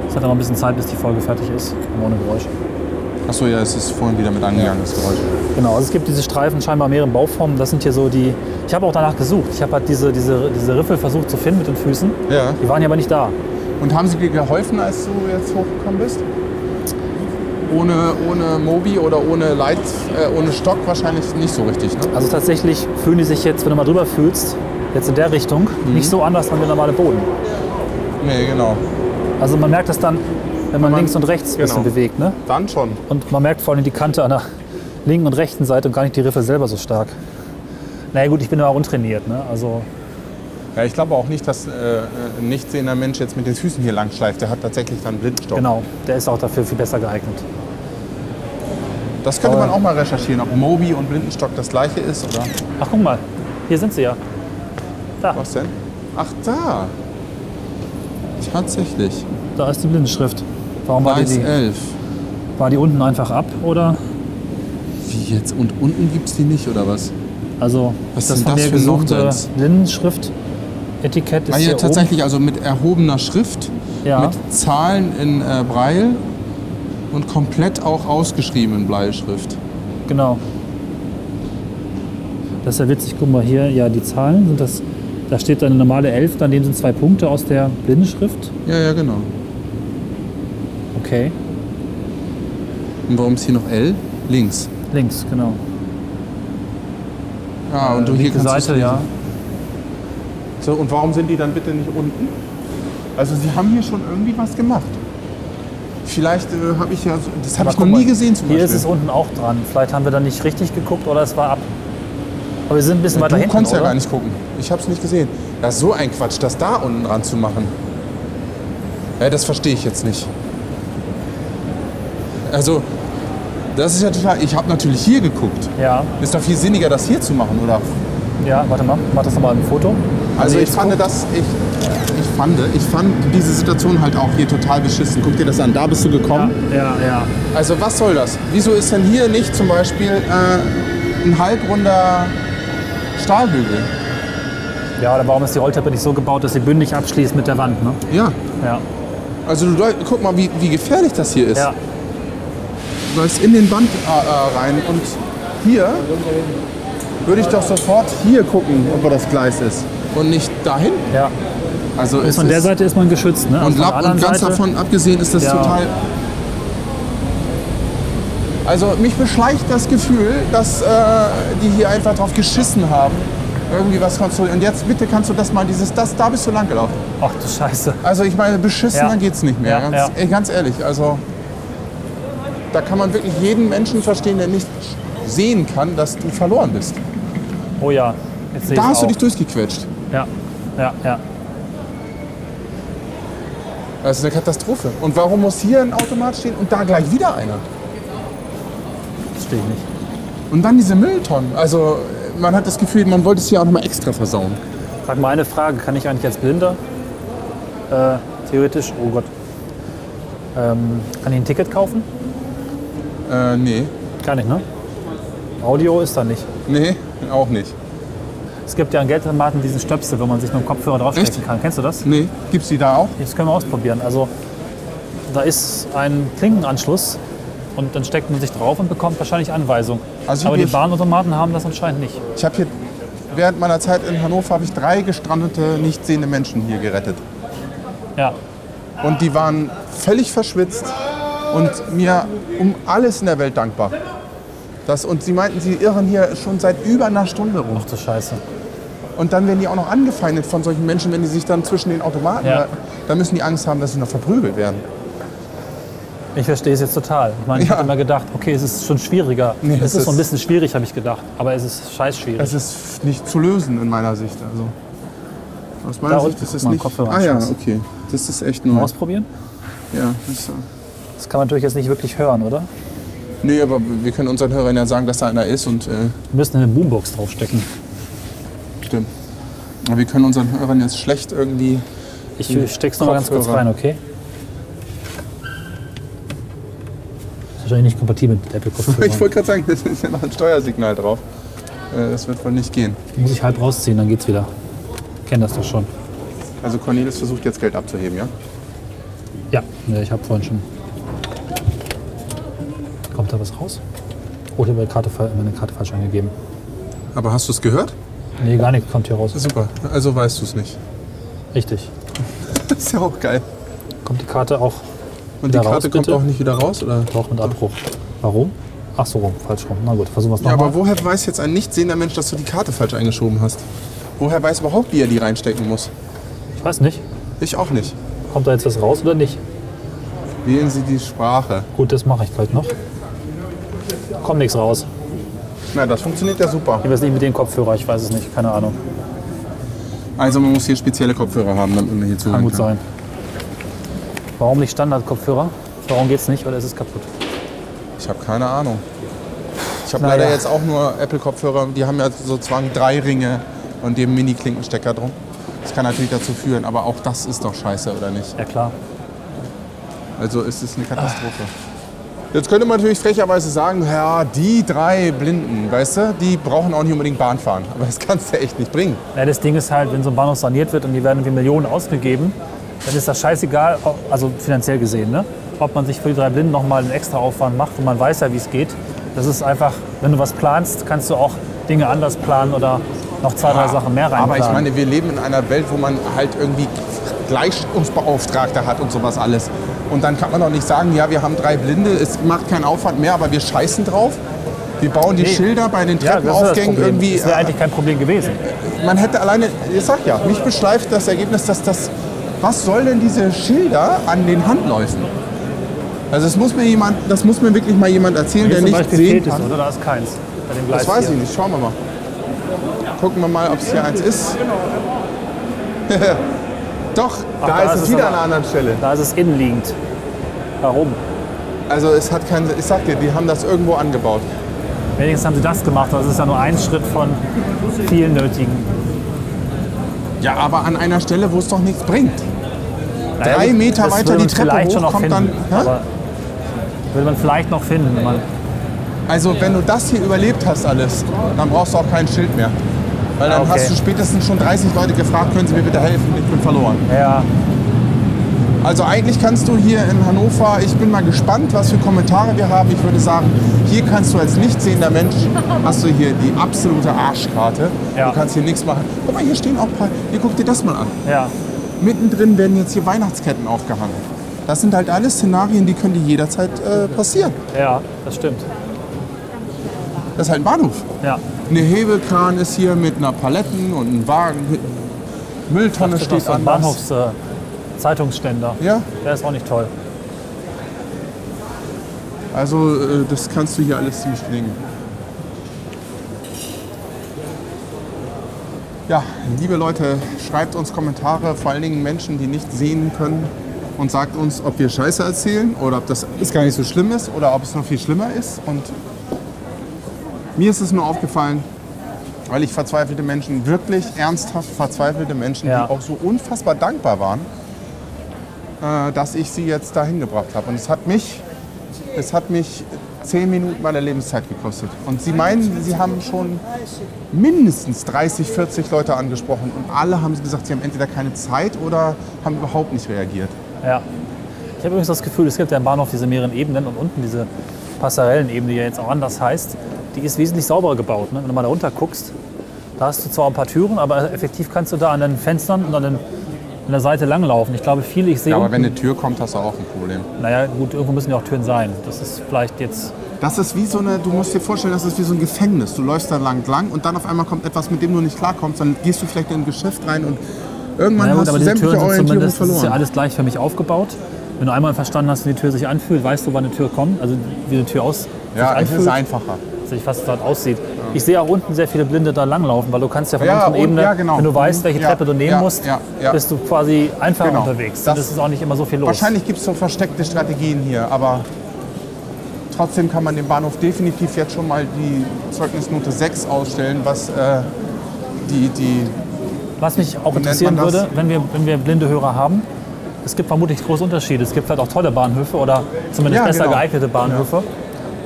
[SPEAKER 3] Es hat ja noch ein bisschen Zeit, bis die Folge fertig ist. Aber ohne Geräusch.
[SPEAKER 2] Ach so, ja, es ist vorhin wieder mit angegangen, das Geräusch.
[SPEAKER 3] Genau, also es gibt diese Streifen scheinbar in mehreren Bauformen. Das sind hier so die. Ich habe auch danach gesucht. Ich habe halt diese, diese, diese Riffel versucht zu finden mit den Füßen.
[SPEAKER 2] Ja.
[SPEAKER 3] Die waren ja aber nicht da.
[SPEAKER 2] Und haben sie dir geholfen, als du jetzt hochgekommen bist? Ohne, ohne Mobi oder ohne Leit, äh, ohne Stock wahrscheinlich nicht so richtig, ne?
[SPEAKER 3] Also tatsächlich fühlen die sich jetzt, wenn du mal drüber fühlst, jetzt in der Richtung,
[SPEAKER 2] Mhm.
[SPEAKER 3] nicht so anders an der normale Boden.
[SPEAKER 2] Nee, genau.
[SPEAKER 3] Also man merkt das dann, wenn man,
[SPEAKER 2] man-
[SPEAKER 3] links und rechts ein bisschen
[SPEAKER 2] genau.
[SPEAKER 3] bewegt. Ne?
[SPEAKER 2] Dann schon.
[SPEAKER 3] Und man merkt vor allem die Kante an der linken und rechten Seite und gar nicht die Riffe selber so stark. Naja gut, ich bin ja auch untrainiert. Ne? Also
[SPEAKER 2] Ja, ich glaube auch nicht, dass äh, ein nicht sehender Mensch jetzt mit den Füßen hier lang schleift. Der hat tatsächlich dann Blindenstock.
[SPEAKER 3] genau, der ist auch dafür viel besser geeignet.
[SPEAKER 2] Das könnte man
[SPEAKER 3] Aber-
[SPEAKER 2] auch mal recherchieren, ob Mobi und Blindenstock das gleiche ist oder
[SPEAKER 3] Ach guck mal, hier sind sie ja. Da,
[SPEAKER 2] was denn? Ach da. Tatsächlich.
[SPEAKER 3] da ist die Blindenschrift. Warum war die,
[SPEAKER 2] Weiß äh,
[SPEAKER 3] die,
[SPEAKER 2] 11.
[SPEAKER 3] war die unten einfach ab oder?
[SPEAKER 2] Wie jetzt? Und unten gibt's die nicht oder was?
[SPEAKER 3] Also
[SPEAKER 2] Was
[SPEAKER 3] das
[SPEAKER 2] sind
[SPEAKER 3] von
[SPEAKER 2] das
[SPEAKER 3] mir
[SPEAKER 2] für
[SPEAKER 3] gesuchte
[SPEAKER 2] Nonsens?
[SPEAKER 3] Blindenschrift Etikett ist
[SPEAKER 2] Ah,
[SPEAKER 3] hier
[SPEAKER 2] hier
[SPEAKER 3] oben.
[SPEAKER 2] tatsächlich, also mit erhobener Schrift,
[SPEAKER 3] Ja.
[SPEAKER 2] mit Zahlen in äh, Breil und komplett auch ausgeschrieben in Bleischrift.
[SPEAKER 3] Genau. Das ist ja witzig, guck mal hier, ja, die Zahlen sind das. Da steht dann eine normale 11, daneben sind zwei Punkte aus der Blindenschrift.
[SPEAKER 2] Ja, ja, genau.
[SPEAKER 3] Okay,
[SPEAKER 2] Und warum ist hier noch L? Links.
[SPEAKER 3] links, genau.
[SPEAKER 2] Ja, und du
[SPEAKER 3] Äh,
[SPEAKER 2] hier
[SPEAKER 3] linke
[SPEAKER 2] kannst du's
[SPEAKER 3] Seite,
[SPEAKER 2] lesen.
[SPEAKER 3] ja.
[SPEAKER 2] So, und warum sind die dann bitte nicht unten? Also sie haben hier schon irgendwie was gemacht. Vielleicht äh, habe ich ja, so- das habe
[SPEAKER 3] Aber
[SPEAKER 2] ich noch
[SPEAKER 3] guck mal,
[SPEAKER 2] nie gesehen zum
[SPEAKER 3] Hier
[SPEAKER 2] Beispiel.
[SPEAKER 3] ist es unten auch dran. Vielleicht haben wir da nicht richtig geguckt oder es war ab. Aber wir sind ein bisschen weiter
[SPEAKER 2] du
[SPEAKER 3] hinten,
[SPEAKER 2] konntest
[SPEAKER 3] oder?
[SPEAKER 2] ja gar nicht gucken. Ich habe es nicht gesehen. Das ist so ein Quatsch, das da unten dran zu machen. Ja, das verstehe ich jetzt nicht. Also, das ist ja total, ich habe natürlich hier geguckt.
[SPEAKER 3] Ja,
[SPEAKER 2] Ist doch viel sinniger, das hier zu machen, oder?
[SPEAKER 3] ja, warte mal, mach das nochmal im Foto.
[SPEAKER 2] Also ich
[SPEAKER 3] jetzt
[SPEAKER 2] fand
[SPEAKER 3] guck-
[SPEAKER 2] das, ich, ich fand. Ich fand diese Situation halt auch hier total beschissen. Guck dir das an, da bist du gekommen.
[SPEAKER 3] Ja, ja.
[SPEAKER 2] Also was soll das? Wieso ist denn hier nicht zum Beispiel äh, ein halbrunder Stahlbügel?
[SPEAKER 3] Ja, oder warum ist die Rolltreppe nicht so gebaut, dass sie bündig abschließt mit der Wand, ne?
[SPEAKER 2] Ja.
[SPEAKER 3] Ja.
[SPEAKER 2] Also du deut- guck mal, wie, wie gefährlich das hier ist.
[SPEAKER 3] Ja.
[SPEAKER 2] Du läufst in den Band äh, äh, rein und hier würde ich doch sofort hier gucken, ob das Gleis ist. Und nicht dahin.
[SPEAKER 3] ja.
[SPEAKER 2] Also es
[SPEAKER 3] Von der
[SPEAKER 2] ist-
[SPEAKER 3] Seite ist man geschützt, ne?
[SPEAKER 2] Und,
[SPEAKER 3] von der
[SPEAKER 2] lab,
[SPEAKER 3] anderen
[SPEAKER 2] und ganz
[SPEAKER 3] Seite,
[SPEAKER 2] davon abgesehen ist das
[SPEAKER 3] Ja.
[SPEAKER 2] total. Also mich beschleicht das Gefühl, dass äh, die hier einfach drauf geschissen haben. Irgendwie was kannst du. Und jetzt bitte kannst du das mal, dieses, das, da bist du lang gelaufen.
[SPEAKER 3] Ach du Scheiße.
[SPEAKER 2] Also ich meine, beschissener
[SPEAKER 3] Ja.
[SPEAKER 2] geht's nicht mehr.
[SPEAKER 3] Ja,
[SPEAKER 2] ganz,
[SPEAKER 3] ja.
[SPEAKER 2] Ey, ganz ehrlich, also da kann man wirklich jeden Menschen verstehen, der nicht sehen kann, dass du verloren bist.
[SPEAKER 3] Oh ja. Jetzt sehe
[SPEAKER 2] Da
[SPEAKER 3] ich's
[SPEAKER 2] hast du
[SPEAKER 3] auch.
[SPEAKER 2] dich durchgequetscht.
[SPEAKER 3] Ja. Ja, ja.
[SPEAKER 2] Das ist eine Katastrophe. Und warum muss hier ein Automat stehen und da gleich wieder einer?
[SPEAKER 3] Verstehe ich nicht.
[SPEAKER 2] Und dann diese Mülltonnen. Also man hat das Gefühl, man wollte es hier auch nochmal extra versauen.
[SPEAKER 3] Sag mal eine Frage, kann ich eigentlich als Blinder äh, theoretisch, oh Gott, ähm, kann ich ein Ticket kaufen?
[SPEAKER 2] Äh, nee.
[SPEAKER 3] Kann ich, ne? Audio ist da nicht.
[SPEAKER 2] Nee, auch nicht.
[SPEAKER 3] Es gibt ja an Geldautomaten diesen Stöpsel, wo man sich mit dem Kopfhörer draufstecken
[SPEAKER 2] Echt?
[SPEAKER 3] kann. Kennst du das?
[SPEAKER 2] Nee. Gibt's die da auch?
[SPEAKER 3] Das können wir ausprobieren. Also da ist ein Klinkenanschluss und dann steckt man sich drauf und bekommt wahrscheinlich Anweisungen.
[SPEAKER 2] Also
[SPEAKER 3] Aber die
[SPEAKER 2] wir-
[SPEAKER 3] Bahnautomaten haben das anscheinend nicht.
[SPEAKER 2] Ich habe hier, während meiner Zeit in Hannover, habe ich drei gestrandete, nicht sehende Menschen hier gerettet.
[SPEAKER 3] Ja,
[SPEAKER 2] Und die waren völlig verschwitzt und mir um alles in der Welt dankbar. Das, und sie meinten, sie irren hier schon seit über einer Stunde rum.
[SPEAKER 3] ach du Scheiße.
[SPEAKER 2] Und dann werden die auch noch angefeindet von solchen Menschen, wenn die sich dann zwischen den Automaten.
[SPEAKER 3] Ja.
[SPEAKER 2] Da müssen die Angst haben, dass sie noch verprügelt werden.
[SPEAKER 3] Ich verstehe es jetzt total. Ich meine, ich
[SPEAKER 2] Ja.
[SPEAKER 3] hatte immer gedacht, okay, es ist schon schwieriger.
[SPEAKER 2] Nee,
[SPEAKER 3] es
[SPEAKER 2] es
[SPEAKER 3] ist, so ein
[SPEAKER 2] ist-
[SPEAKER 3] bisschen schwierig, habe ich gedacht. Aber es ist scheiß schwierig.
[SPEAKER 2] Es ist nicht zu lösen in meiner Sicht. Also. Aus meiner
[SPEAKER 3] Da
[SPEAKER 2] Sicht
[SPEAKER 3] unten,
[SPEAKER 2] ist es
[SPEAKER 3] guck mal,
[SPEAKER 2] nicht.
[SPEAKER 3] Kopfhörer
[SPEAKER 2] Ah ja,
[SPEAKER 3] anschließen.
[SPEAKER 2] okay. Das ist echt neu.
[SPEAKER 3] Ausprobieren?
[SPEAKER 2] Ja, das ist, äh,
[SPEAKER 3] Das kann man natürlich jetzt nicht wirklich hören, oder?
[SPEAKER 2] nee, aber wir können unseren Hörern ja sagen, dass da einer ist und äh,
[SPEAKER 3] Wir müssen eine Boombox draufstecken.
[SPEAKER 2] stimmt. Aber wir können unseren Hörern jetzt schlecht irgendwie.
[SPEAKER 3] Ich steck's noch mal ganz kurz
[SPEAKER 2] Kopfhörer.
[SPEAKER 3] rein, okay? Ist wahrscheinlich nicht kompatibel mit
[SPEAKER 2] (laughs) Ich
[SPEAKER 3] Apple-Kopfhörern.
[SPEAKER 2] wollte gerade sagen, da ist ja noch ein Steuersignal drauf. Äh, das wird wohl nicht gehen.
[SPEAKER 3] Muss ich halb rausziehen, dann geht's wieder. Kenn das doch schon.
[SPEAKER 2] Also Cornelis versucht jetzt Geld abzuheben, ja?
[SPEAKER 3] Ja, ja ich habe vorhin schon. Kommt da was raus? Oh, ich habe meine Karte, fa- meine Karte falsch eingegeben.
[SPEAKER 2] Aber hast du es gehört?
[SPEAKER 3] Nee, gar nichts kommt hier raus.
[SPEAKER 2] Super. Also weißt du es nicht.
[SPEAKER 3] Richtig.
[SPEAKER 2] (laughs) Das ist ja auch geil.
[SPEAKER 3] Kommt die Karte auch
[SPEAKER 2] Und
[SPEAKER 3] Wieder
[SPEAKER 2] die
[SPEAKER 3] raus,
[SPEAKER 2] Karte kommt
[SPEAKER 3] bitte?
[SPEAKER 2] auch nicht wieder raus, oder?
[SPEAKER 3] doch mit Abbruch. Warum? Ach so rum, falsch rum. Na gut, versuchen wir es
[SPEAKER 2] Ja,
[SPEAKER 3] nochmal.
[SPEAKER 2] aber woher weiß jetzt ein nicht sehender Mensch, dass du die Karte falsch eingeschoben hast? Woher weiß überhaupt, wie er die reinstecken muss?
[SPEAKER 3] ich weiß nicht.
[SPEAKER 2] Ich auch nicht.
[SPEAKER 3] Kommt da jetzt was raus oder nicht?
[SPEAKER 2] Wählen Sie die Sprache.
[SPEAKER 3] Gut, das mache ich gleich noch. Kommt nichts raus.
[SPEAKER 2] Na, das funktioniert ja super.
[SPEAKER 3] Ich weiß nicht mit dem Kopfhörer, ich weiß es nicht, keine Ahnung.
[SPEAKER 2] Also man muss hier spezielle Kopfhörer haben, damit man hier zuhören
[SPEAKER 3] Kann gut sein. Warum nicht Standard-Kopfhörer? Warum geht's nicht oder ist es kaputt?
[SPEAKER 2] Ich habe keine Ahnung. Ich habe
[SPEAKER 3] Naja.
[SPEAKER 2] leider jetzt auch nur Apple-Kopfhörer. Die haben ja sozusagen drei Ringe und dem Mini-Klinkenstecker drum. Das kann natürlich dazu führen, aber auch das ist doch scheiße, oder nicht?
[SPEAKER 3] Ja klar.
[SPEAKER 2] Also es ist eine Katastrophe. Jetzt könnte man natürlich frecherweise sagen, ja, die drei Blinden, weißt du, die brauchen auch nicht unbedingt Bahn fahren. Aber das kannst du echt nicht bringen.
[SPEAKER 3] Ja, das Ding ist halt, wenn so ein Bahnhof saniert wird und die werden wie Millionen ausgegeben, dann ist das scheißegal, ob- also finanziell gesehen, ne? ob man sich für die drei Blinden nochmal einen extra Aufwand macht, wo man weiß ja, wie es geht. Das ist einfach, wenn du was planst, kannst du auch Dinge anders planen oder noch zwei, drei Sachen mehr reinplanen.
[SPEAKER 2] Ah, Aber ich meine, wir leben in einer Welt, wo man halt irgendwie Gleichstellungsbeauftragte hat und sowas alles. Und dann kann man doch nicht sagen, ja, wir haben drei Blinde, es macht keinen Aufwand mehr, aber wir scheißen drauf. Wir bauen die
[SPEAKER 3] Nee.
[SPEAKER 2] Schilder bei den
[SPEAKER 3] ja, das ist das
[SPEAKER 2] Treppenaufgängen
[SPEAKER 3] Problem.
[SPEAKER 2] irgendwie. äh,
[SPEAKER 3] Das wäre eigentlich kein Problem gewesen.
[SPEAKER 2] Man hätte alleine, ich sag ja, mich beschleift das Ergebnis, dass das, was soll denn diese Schilder an den Handläufen? Also das muss mir jemand, das muss mir wirklich mal jemand erzählen,
[SPEAKER 3] Hier
[SPEAKER 2] der
[SPEAKER 3] zum
[SPEAKER 2] nicht
[SPEAKER 3] Beispiel
[SPEAKER 2] sehen
[SPEAKER 3] fehlt es,
[SPEAKER 2] kann.
[SPEAKER 3] oder? Da ist keins. Bei dem Gleis
[SPEAKER 2] Das weiß
[SPEAKER 3] hier.
[SPEAKER 2] ich nicht, schauen wir mal. Gucken wir mal, ob es hier eins ist. (laughs) Doch, da, ist es wieder an
[SPEAKER 3] aber-
[SPEAKER 2] einer anderen Stelle.
[SPEAKER 3] Da ist es innenliegend. Warum?
[SPEAKER 2] Also es hat keinen, ich sag dir, die haben das irgendwo angebaut.
[SPEAKER 3] Wenigstens haben sie das gemacht, aber es ist ja nur ein Schritt von vielen nötigen.
[SPEAKER 2] Ja, aber an einer Stelle, wo es doch nichts bringt.
[SPEAKER 3] Naja,
[SPEAKER 2] Drei
[SPEAKER 3] gut,
[SPEAKER 2] Meter
[SPEAKER 3] das
[SPEAKER 2] weiter die
[SPEAKER 3] würde man
[SPEAKER 2] Treppe
[SPEAKER 3] vielleicht
[SPEAKER 2] hoch,
[SPEAKER 3] schon noch
[SPEAKER 2] kommt
[SPEAKER 3] finden,
[SPEAKER 2] dann- hä?
[SPEAKER 3] Aber würde man vielleicht noch finden. wenn Man,
[SPEAKER 2] Also wenn du das hier überlebt hast alles, dann brauchst du auch kein Schild mehr. Weil dann
[SPEAKER 3] Ah, okay.
[SPEAKER 2] hast du spätestens schon 30 Leute gefragt, können Sie mir bitte helfen, ich bin verloren.
[SPEAKER 3] ja,
[SPEAKER 2] Also eigentlich kannst du hier in Hannover, ich bin mal gespannt, was für Kommentare wir haben. Ich würde sagen, hier kannst du als nicht sehender Mensch, hast du hier die absolute Arschkarte.
[SPEAKER 3] Ja.
[SPEAKER 2] Du kannst hier nichts machen. Guck mal, hier stehen auch ein paar, hier guck dir das mal an.
[SPEAKER 3] ja.
[SPEAKER 2] Mittendrin werden jetzt hier Weihnachtsketten aufgehangen. Das sind halt alles Szenarien, die können dir jederzeit äh, passieren.
[SPEAKER 3] Ja, das stimmt.
[SPEAKER 2] Das ist halt ein Bahnhof.
[SPEAKER 3] Ja.
[SPEAKER 2] Eine Hebekran ist hier mit einer Paletten und einem Wagen. Mülltonne
[SPEAKER 3] Das ist
[SPEAKER 2] steht
[SPEAKER 3] so ein
[SPEAKER 2] anders.
[SPEAKER 3] Bahnhofszeitungsständer. Äh, Zeitungsständer.
[SPEAKER 2] Ja,
[SPEAKER 3] Der ist auch nicht toll.
[SPEAKER 2] also äh, das kannst du hier alles ziemlich gelingen. Ja, liebe Leute, schreibt uns Kommentare, vor allen Dingen Menschen, die nicht sehen können und sagt uns, ob wir Scheiße erzählen oder ob das ist gar nicht so schlimm ist oder ob es noch viel schlimmer ist. Und mir ist es nur aufgefallen, weil ich verzweifelte Menschen, wirklich ernsthaft verzweifelte Menschen,
[SPEAKER 3] Ja.
[SPEAKER 2] die auch so unfassbar dankbar waren, äh, dass ich sie jetzt dahin gebracht habe. Und es hat mich, es hat mich zehn Minuten meiner Lebenszeit gekostet. Und sie meinen, sie haben schon mindestens 30, 40 Leute angesprochen und alle haben gesagt, sie haben entweder keine Zeit oder haben überhaupt nicht reagiert.
[SPEAKER 3] Ja. Ich habe übrigens das Gefühl, es gibt ja im Bahnhof diese mehreren Ebenen und unten diese Passerellenebene, die ja jetzt auch anders heißt, die ist wesentlich sauberer gebaut. Ne? Wenn du mal da runter guckst, da hast du zwar ein paar Türen, aber effektiv kannst du da an den Fenstern und an, den, an der Seite langlaufen. Ich glaube, viele, ich sehe.
[SPEAKER 2] Ja, aber wenn
[SPEAKER 3] unten-
[SPEAKER 2] eine Tür kommt, hast du auch ein Problem.
[SPEAKER 3] naja, gut, irgendwo müssen ja auch Türen sein. Das ist vielleicht jetzt.
[SPEAKER 2] Das ist wie so eine, du musst dir vorstellen, das ist wie so ein Gefängnis. Du läufst da lang, lang und dann auf einmal kommt etwas, mit dem du nicht klarkommst. Dann gehst du vielleicht in ein Geschäft rein und irgendwann
[SPEAKER 3] Naja, gut,
[SPEAKER 2] hast
[SPEAKER 3] aber
[SPEAKER 2] du
[SPEAKER 3] die
[SPEAKER 2] sämtliche
[SPEAKER 3] Türen sind
[SPEAKER 2] Orientierung
[SPEAKER 3] zumindest, das ist ja
[SPEAKER 2] verloren.
[SPEAKER 3] alles gleich für mich aufgebaut. Wenn du einmal verstanden hast, wie die Tür sich anfühlt, weißt du, wann eine Tür kommt, also wie eine Tür aus
[SPEAKER 2] Ja, es
[SPEAKER 3] sich
[SPEAKER 2] ist
[SPEAKER 3] anfühlt.
[SPEAKER 2] einfacher.
[SPEAKER 3] sich fast dort aussieht. Ich sehe auch unten sehr viele Blinde da langlaufen, weil du kannst ja von
[SPEAKER 2] Ja,
[SPEAKER 3] der unteren
[SPEAKER 2] und-
[SPEAKER 3] Ebene,
[SPEAKER 2] ja, genau.
[SPEAKER 3] wenn du weißt,
[SPEAKER 2] Mhm.
[SPEAKER 3] welche
[SPEAKER 2] Ja,
[SPEAKER 3] Treppe du nehmen
[SPEAKER 2] ja,
[SPEAKER 3] musst,
[SPEAKER 2] ja, ja.
[SPEAKER 3] bist du quasi einfacher
[SPEAKER 2] Genau.
[SPEAKER 3] unterwegs.
[SPEAKER 2] Das-
[SPEAKER 3] und es ist auch nicht immer so viel los.
[SPEAKER 2] Wahrscheinlich gibt es so versteckte Strategien hier, aber trotzdem kann man dem Bahnhof definitiv jetzt schon mal die Zeugnisnote 6 ausstellen, was äh, die, die
[SPEAKER 3] Was mich auch
[SPEAKER 2] nennt
[SPEAKER 3] interessieren
[SPEAKER 2] man das?
[SPEAKER 3] würde, wenn wir, wenn wir blinde Hörer haben, es gibt vermutlich große Unterschiede. Es gibt halt auch tolle Bahnhöfe oder zumindest
[SPEAKER 2] Ja,
[SPEAKER 3] besser
[SPEAKER 2] genau.
[SPEAKER 3] geeignete Bahnhöfe.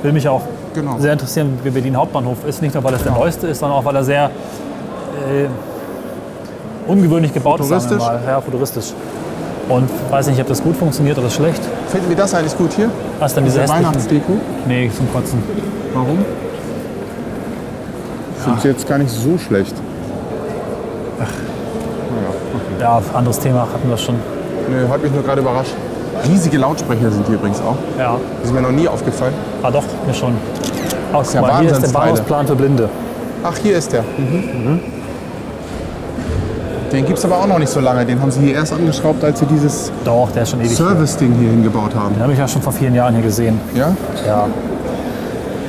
[SPEAKER 3] Will mich auch
[SPEAKER 2] Genau.
[SPEAKER 3] sehr interessieren, wie Berlin Hauptbahnhof ist. Nicht nur, weil es der neueste ist, sondern auch, weil er sehr äh, ungewöhnlich gebaut ist.
[SPEAKER 2] Futuristisch?
[SPEAKER 3] sagen wir mal. Ja, futuristisch. Und weiß nicht, ob das gut funktioniert oder schlecht.
[SPEAKER 2] Finden wir das eigentlich gut hier?
[SPEAKER 3] Was denn diese
[SPEAKER 2] Diese
[SPEAKER 3] hässlichen?
[SPEAKER 2] Weihnachtsdeko?
[SPEAKER 3] Nee, zum Kotzen.
[SPEAKER 2] Warum? Ich finde es jetzt gar nicht so schlecht.
[SPEAKER 3] Ja, anderes Thema hatten wir schon.
[SPEAKER 2] Nö, hat mich nur gerade überrascht. Riesige Lautsprecher sind hier übrigens auch.
[SPEAKER 3] Ja,
[SPEAKER 2] Die sind mir noch nie aufgefallen.
[SPEAKER 3] ah, doch, mir schon. Oh, guck
[SPEAKER 2] ja
[SPEAKER 3] mal, hier ist der
[SPEAKER 2] Wahnsinnsteile.
[SPEAKER 3] Bahnhofsplan für Blinde.
[SPEAKER 2] Ach, hier ist der. Mhm. Den gibt es aber auch noch nicht so lange. Den haben sie hier erst angeschraubt, als sie dieses
[SPEAKER 3] Doch, der ist schon ewig. hier.
[SPEAKER 2] Service-Ding hier hingebaut haben.
[SPEAKER 3] Den habe ich ja schon vor vielen Jahren hier gesehen.
[SPEAKER 2] Ja?
[SPEAKER 3] Ja.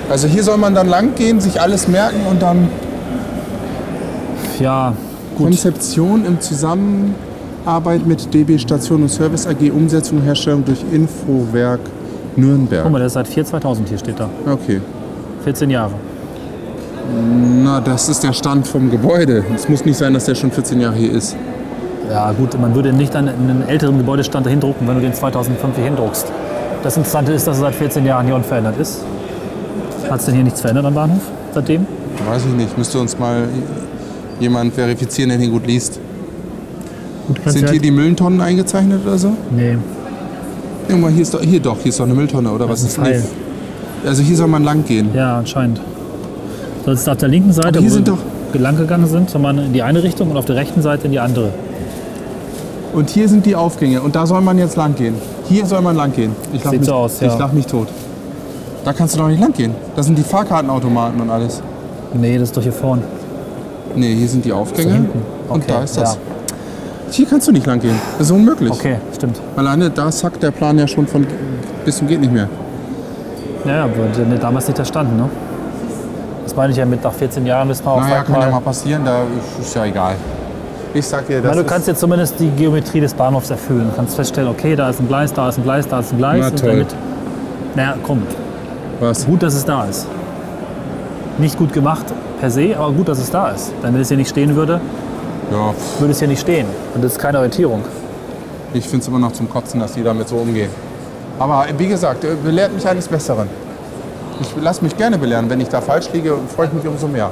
[SPEAKER 2] Also hier soll man dann lang gehen, sich alles merken und dann
[SPEAKER 3] Ja, gut.
[SPEAKER 2] Konzeption im Zusammenarbeit mit DB Station und Service AG Umsetzung und Herstellung durch Infowerk
[SPEAKER 3] Guck
[SPEAKER 2] Nürnberg.
[SPEAKER 3] mal, der ist seit 4 2000 hier steht da.
[SPEAKER 2] Okay.
[SPEAKER 3] 14 Jahre.
[SPEAKER 2] Na, das ist der Stand vom Gebäude. Es muss nicht sein, dass der schon 14 Jahre hier ist.
[SPEAKER 3] Ja, gut, man würde nicht an einen älteren Gebäudestand dahin drucken, wenn du den 2005 hier hindruckst. Das Interessante ist, dass er seit 14 Jahren hier unverändert ist. Hat es denn hier nichts verändert am Bahnhof seitdem?
[SPEAKER 2] Weiß ich nicht. Müsste uns mal jemand verifizieren, der den gut liest.
[SPEAKER 3] Gut, kannst
[SPEAKER 2] Sind
[SPEAKER 3] du
[SPEAKER 2] hier die Mülltonnen eingezeichnet oder so?
[SPEAKER 3] halt- Nee,
[SPEAKER 2] Irgendwann hier ist doch, hier doch, hier ist doch eine Mülltonne oder was
[SPEAKER 3] das
[SPEAKER 2] ist
[SPEAKER 3] ist Pfeil.
[SPEAKER 2] das? Also hier soll man lang gehen.
[SPEAKER 3] Ja, anscheinend. Sonst auf der linken Seite,
[SPEAKER 2] hier
[SPEAKER 3] wo
[SPEAKER 2] sind
[SPEAKER 3] wir
[SPEAKER 2] doch-
[SPEAKER 3] lang gegangen sind, soll man in die eine Richtung und auf der rechten Seite in die andere.
[SPEAKER 2] Und hier sind die Aufgänge und da soll man jetzt lang gehen. Hier soll man lang gehen. Ich lach
[SPEAKER 3] Sieht
[SPEAKER 2] mich,
[SPEAKER 3] so aus, ja.
[SPEAKER 2] Ich lach mich tot. Da kannst du doch nicht lang gehen. Da sind die Fahrkartenautomaten und alles.
[SPEAKER 3] Nee, das ist doch hier vorne.
[SPEAKER 2] Nee, hier sind die Aufgänge
[SPEAKER 3] hinten?
[SPEAKER 2] und
[SPEAKER 3] Okay,
[SPEAKER 2] da ist das.
[SPEAKER 3] ja.
[SPEAKER 2] Hier kannst du nicht lang gehen. Das ist unmöglich.
[SPEAKER 3] Okay, stimmt.
[SPEAKER 2] Alleine da sackt der Plan ja schon von bis zum geht nicht mehr.
[SPEAKER 3] Ja, ja, wurde mir damals nicht erstanden, ne? Das meine ich ja mit nach 14 Jahren wissen wir auch
[SPEAKER 2] Naja,
[SPEAKER 3] halt
[SPEAKER 2] kann
[SPEAKER 3] mal.
[SPEAKER 2] ja mal passieren, da ist ja egal. Ich sag dir,
[SPEAKER 3] Ich
[SPEAKER 2] das
[SPEAKER 3] meine, du kannst jetzt zumindest die Geometrie des Bahnhofs erfüllen. Du kannst feststellen, okay, da ist ein Gleis, da ist ein Gleis, da ist ein Gleis.
[SPEAKER 2] Na
[SPEAKER 3] und
[SPEAKER 2] toll.
[SPEAKER 3] damit- naja, komm,
[SPEAKER 2] ist was.
[SPEAKER 3] gut, dass es da ist. Nicht gut gemacht per se, aber gut, dass es da ist. Denn wenn es hier nicht stehen würde,
[SPEAKER 2] Ja,
[SPEAKER 3] würde es hier nicht stehen. Und das ist keine Orientierung.
[SPEAKER 2] ich finde es immer noch zum Kotzen, dass die damit so umgehen. Aber wie gesagt, äh, belehrt mich eines Besseren. Ich lasse mich gerne belehren. Wenn ich da falsch liege, freue ich mich umso mehr.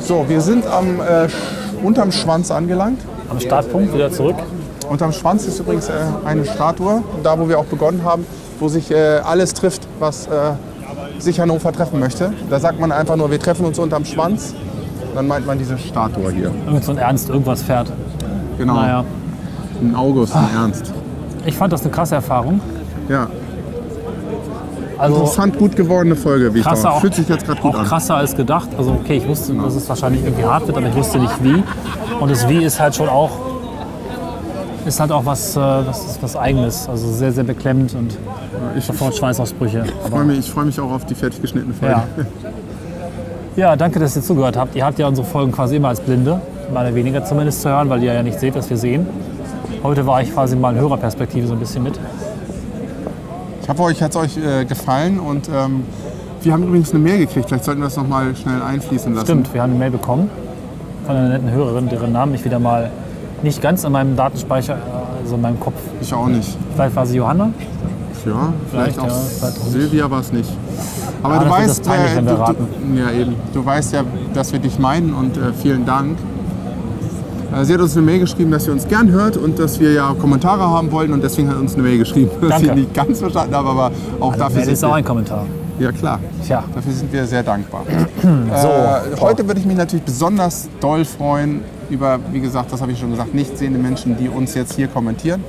[SPEAKER 2] So, wir sind am, äh, unterm Schwanz angelangt.
[SPEAKER 3] Am Startpunkt wieder zurück.
[SPEAKER 2] Unterm Schwanz ist übrigens äh, eine Statue, da wo wir auch begonnen haben, wo sich äh, alles trifft, was äh, sich Hannover treffen möchte. Da sagt man einfach nur, wir treffen uns unterm Schwanz. Dann meint man diese Statue hier.
[SPEAKER 3] Irgend so ein Ernst, irgendwas fährt.
[SPEAKER 2] Genau.
[SPEAKER 3] Naja,
[SPEAKER 2] Ein August, ein Ernst.
[SPEAKER 3] ich fand das eine krasse Erfahrung.
[SPEAKER 2] Ja.
[SPEAKER 3] Also
[SPEAKER 2] Interessant gut gewordene Folge, wie ich
[SPEAKER 3] krasser,
[SPEAKER 2] glaube.
[SPEAKER 3] auch,
[SPEAKER 2] Fühlt sich jetzt gerade gut
[SPEAKER 3] auch
[SPEAKER 2] an.
[SPEAKER 3] krasser als gedacht. Also okay, ich wusste, dass es wahrscheinlich irgendwie hart wird, aber ich wusste nicht wie. Und das Wie ist halt schon auch, ist halt auch was, äh, was, ist was Eigenes. Also sehr, sehr beklemmend und
[SPEAKER 2] Ich, ich,
[SPEAKER 3] sofort Schweißausbrüche.
[SPEAKER 2] freue mich, ich freue mich auch auf die fertig geschnittene Folge.
[SPEAKER 3] Ja. Ja, danke, dass ihr zugehört habt. Ihr habt ja unsere Folgen quasi immer als Blinde, mal weniger zumindest zu hören, weil ihr ja nicht seht, was wir sehen. Heute war ich quasi mal in Hörerperspektive so ein bisschen mit.
[SPEAKER 2] Ich hoffe, euch hat es euch äh, gefallen und ähm, wir haben übrigens eine Mail gekriegt. Vielleicht sollten wir das nochmal schnell einfließen lassen.
[SPEAKER 3] Stimmt, wir haben eine Mail bekommen von einer netten Hörerin, deren Namen ich wieder mal nicht ganz in meinem Datenspeicher, äh, also in meinem Kopf.
[SPEAKER 2] Ich auch nicht.
[SPEAKER 3] Vielleicht war sie Johanna.
[SPEAKER 2] Ja, vielleicht,
[SPEAKER 3] Vielleicht,
[SPEAKER 2] auch
[SPEAKER 3] ja, vielleicht auch nicht.
[SPEAKER 2] Silvia war es nicht. Aber
[SPEAKER 3] Ah,
[SPEAKER 2] du
[SPEAKER 3] das wird
[SPEAKER 2] weißt,
[SPEAKER 3] das peinlich,
[SPEAKER 2] äh,
[SPEAKER 3] wenn wir
[SPEAKER 2] du,
[SPEAKER 3] raten.
[SPEAKER 2] du, ja, eben. du weißt ja, dass wir dich meinen und äh, vielen Dank. Äh, Sie hat uns eine Mail geschrieben, dass sie uns gern hört und dass wir ja Kommentare haben wollen und deswegen hat uns eine Mail geschrieben, (laughs) dass
[SPEAKER 3] Danke. Also
[SPEAKER 2] sie nicht ganz verstanden haben, aber auch dafür
[SPEAKER 3] Äh, Das
[SPEAKER 2] sind
[SPEAKER 3] ist auch
[SPEAKER 2] wir,
[SPEAKER 3] ein Kommentar.
[SPEAKER 2] ja klar,
[SPEAKER 3] Tja,
[SPEAKER 2] dafür sind wir sehr dankbar.
[SPEAKER 3] so.
[SPEAKER 2] Äh, heute würde ich mich natürlich besonders doll freuen über, wie gesagt, das habe ich schon gesagt, nicht sehende Menschen, die uns jetzt hier kommentieren.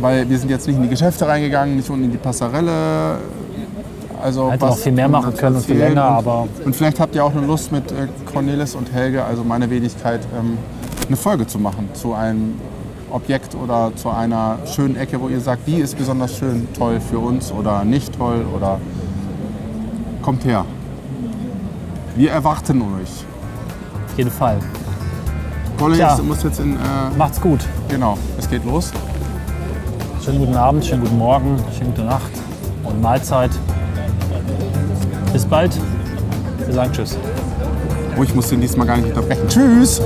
[SPEAKER 2] Weil wir sind jetzt nicht in die Geschäfte reingegangen, nicht unten in die Passarelle. Also
[SPEAKER 3] Hätte noch viel mehr machen
[SPEAKER 2] uns
[SPEAKER 3] können und viel
[SPEAKER 2] fehlt.
[SPEAKER 3] länger,
[SPEAKER 2] und,
[SPEAKER 3] aber-
[SPEAKER 2] Und vielleicht habt ihr auch eine Lust mit äh, Cornelis und Helge, also meine Wenigkeit, ähm, eine Folge zu machen zu einem Objekt oder zu einer schönen Ecke, wo ihr sagt, die ist besonders schön, toll für uns oder nicht toll oder kommt her. Wir erwarten euch.
[SPEAKER 3] auf jeden Fall.
[SPEAKER 2] Colin,
[SPEAKER 3] Tja.
[SPEAKER 2] du musst jetzt in. Äh,
[SPEAKER 3] Macht's gut.
[SPEAKER 2] genau, es geht los.
[SPEAKER 3] Schönen guten Abend, schönen guten Morgen, schönen gute Nacht und Mahlzeit. Bis bald. Wir sagen Tschüss.
[SPEAKER 2] Oh, ich muss den diesmal gar nicht unterbrechen. Tschüss!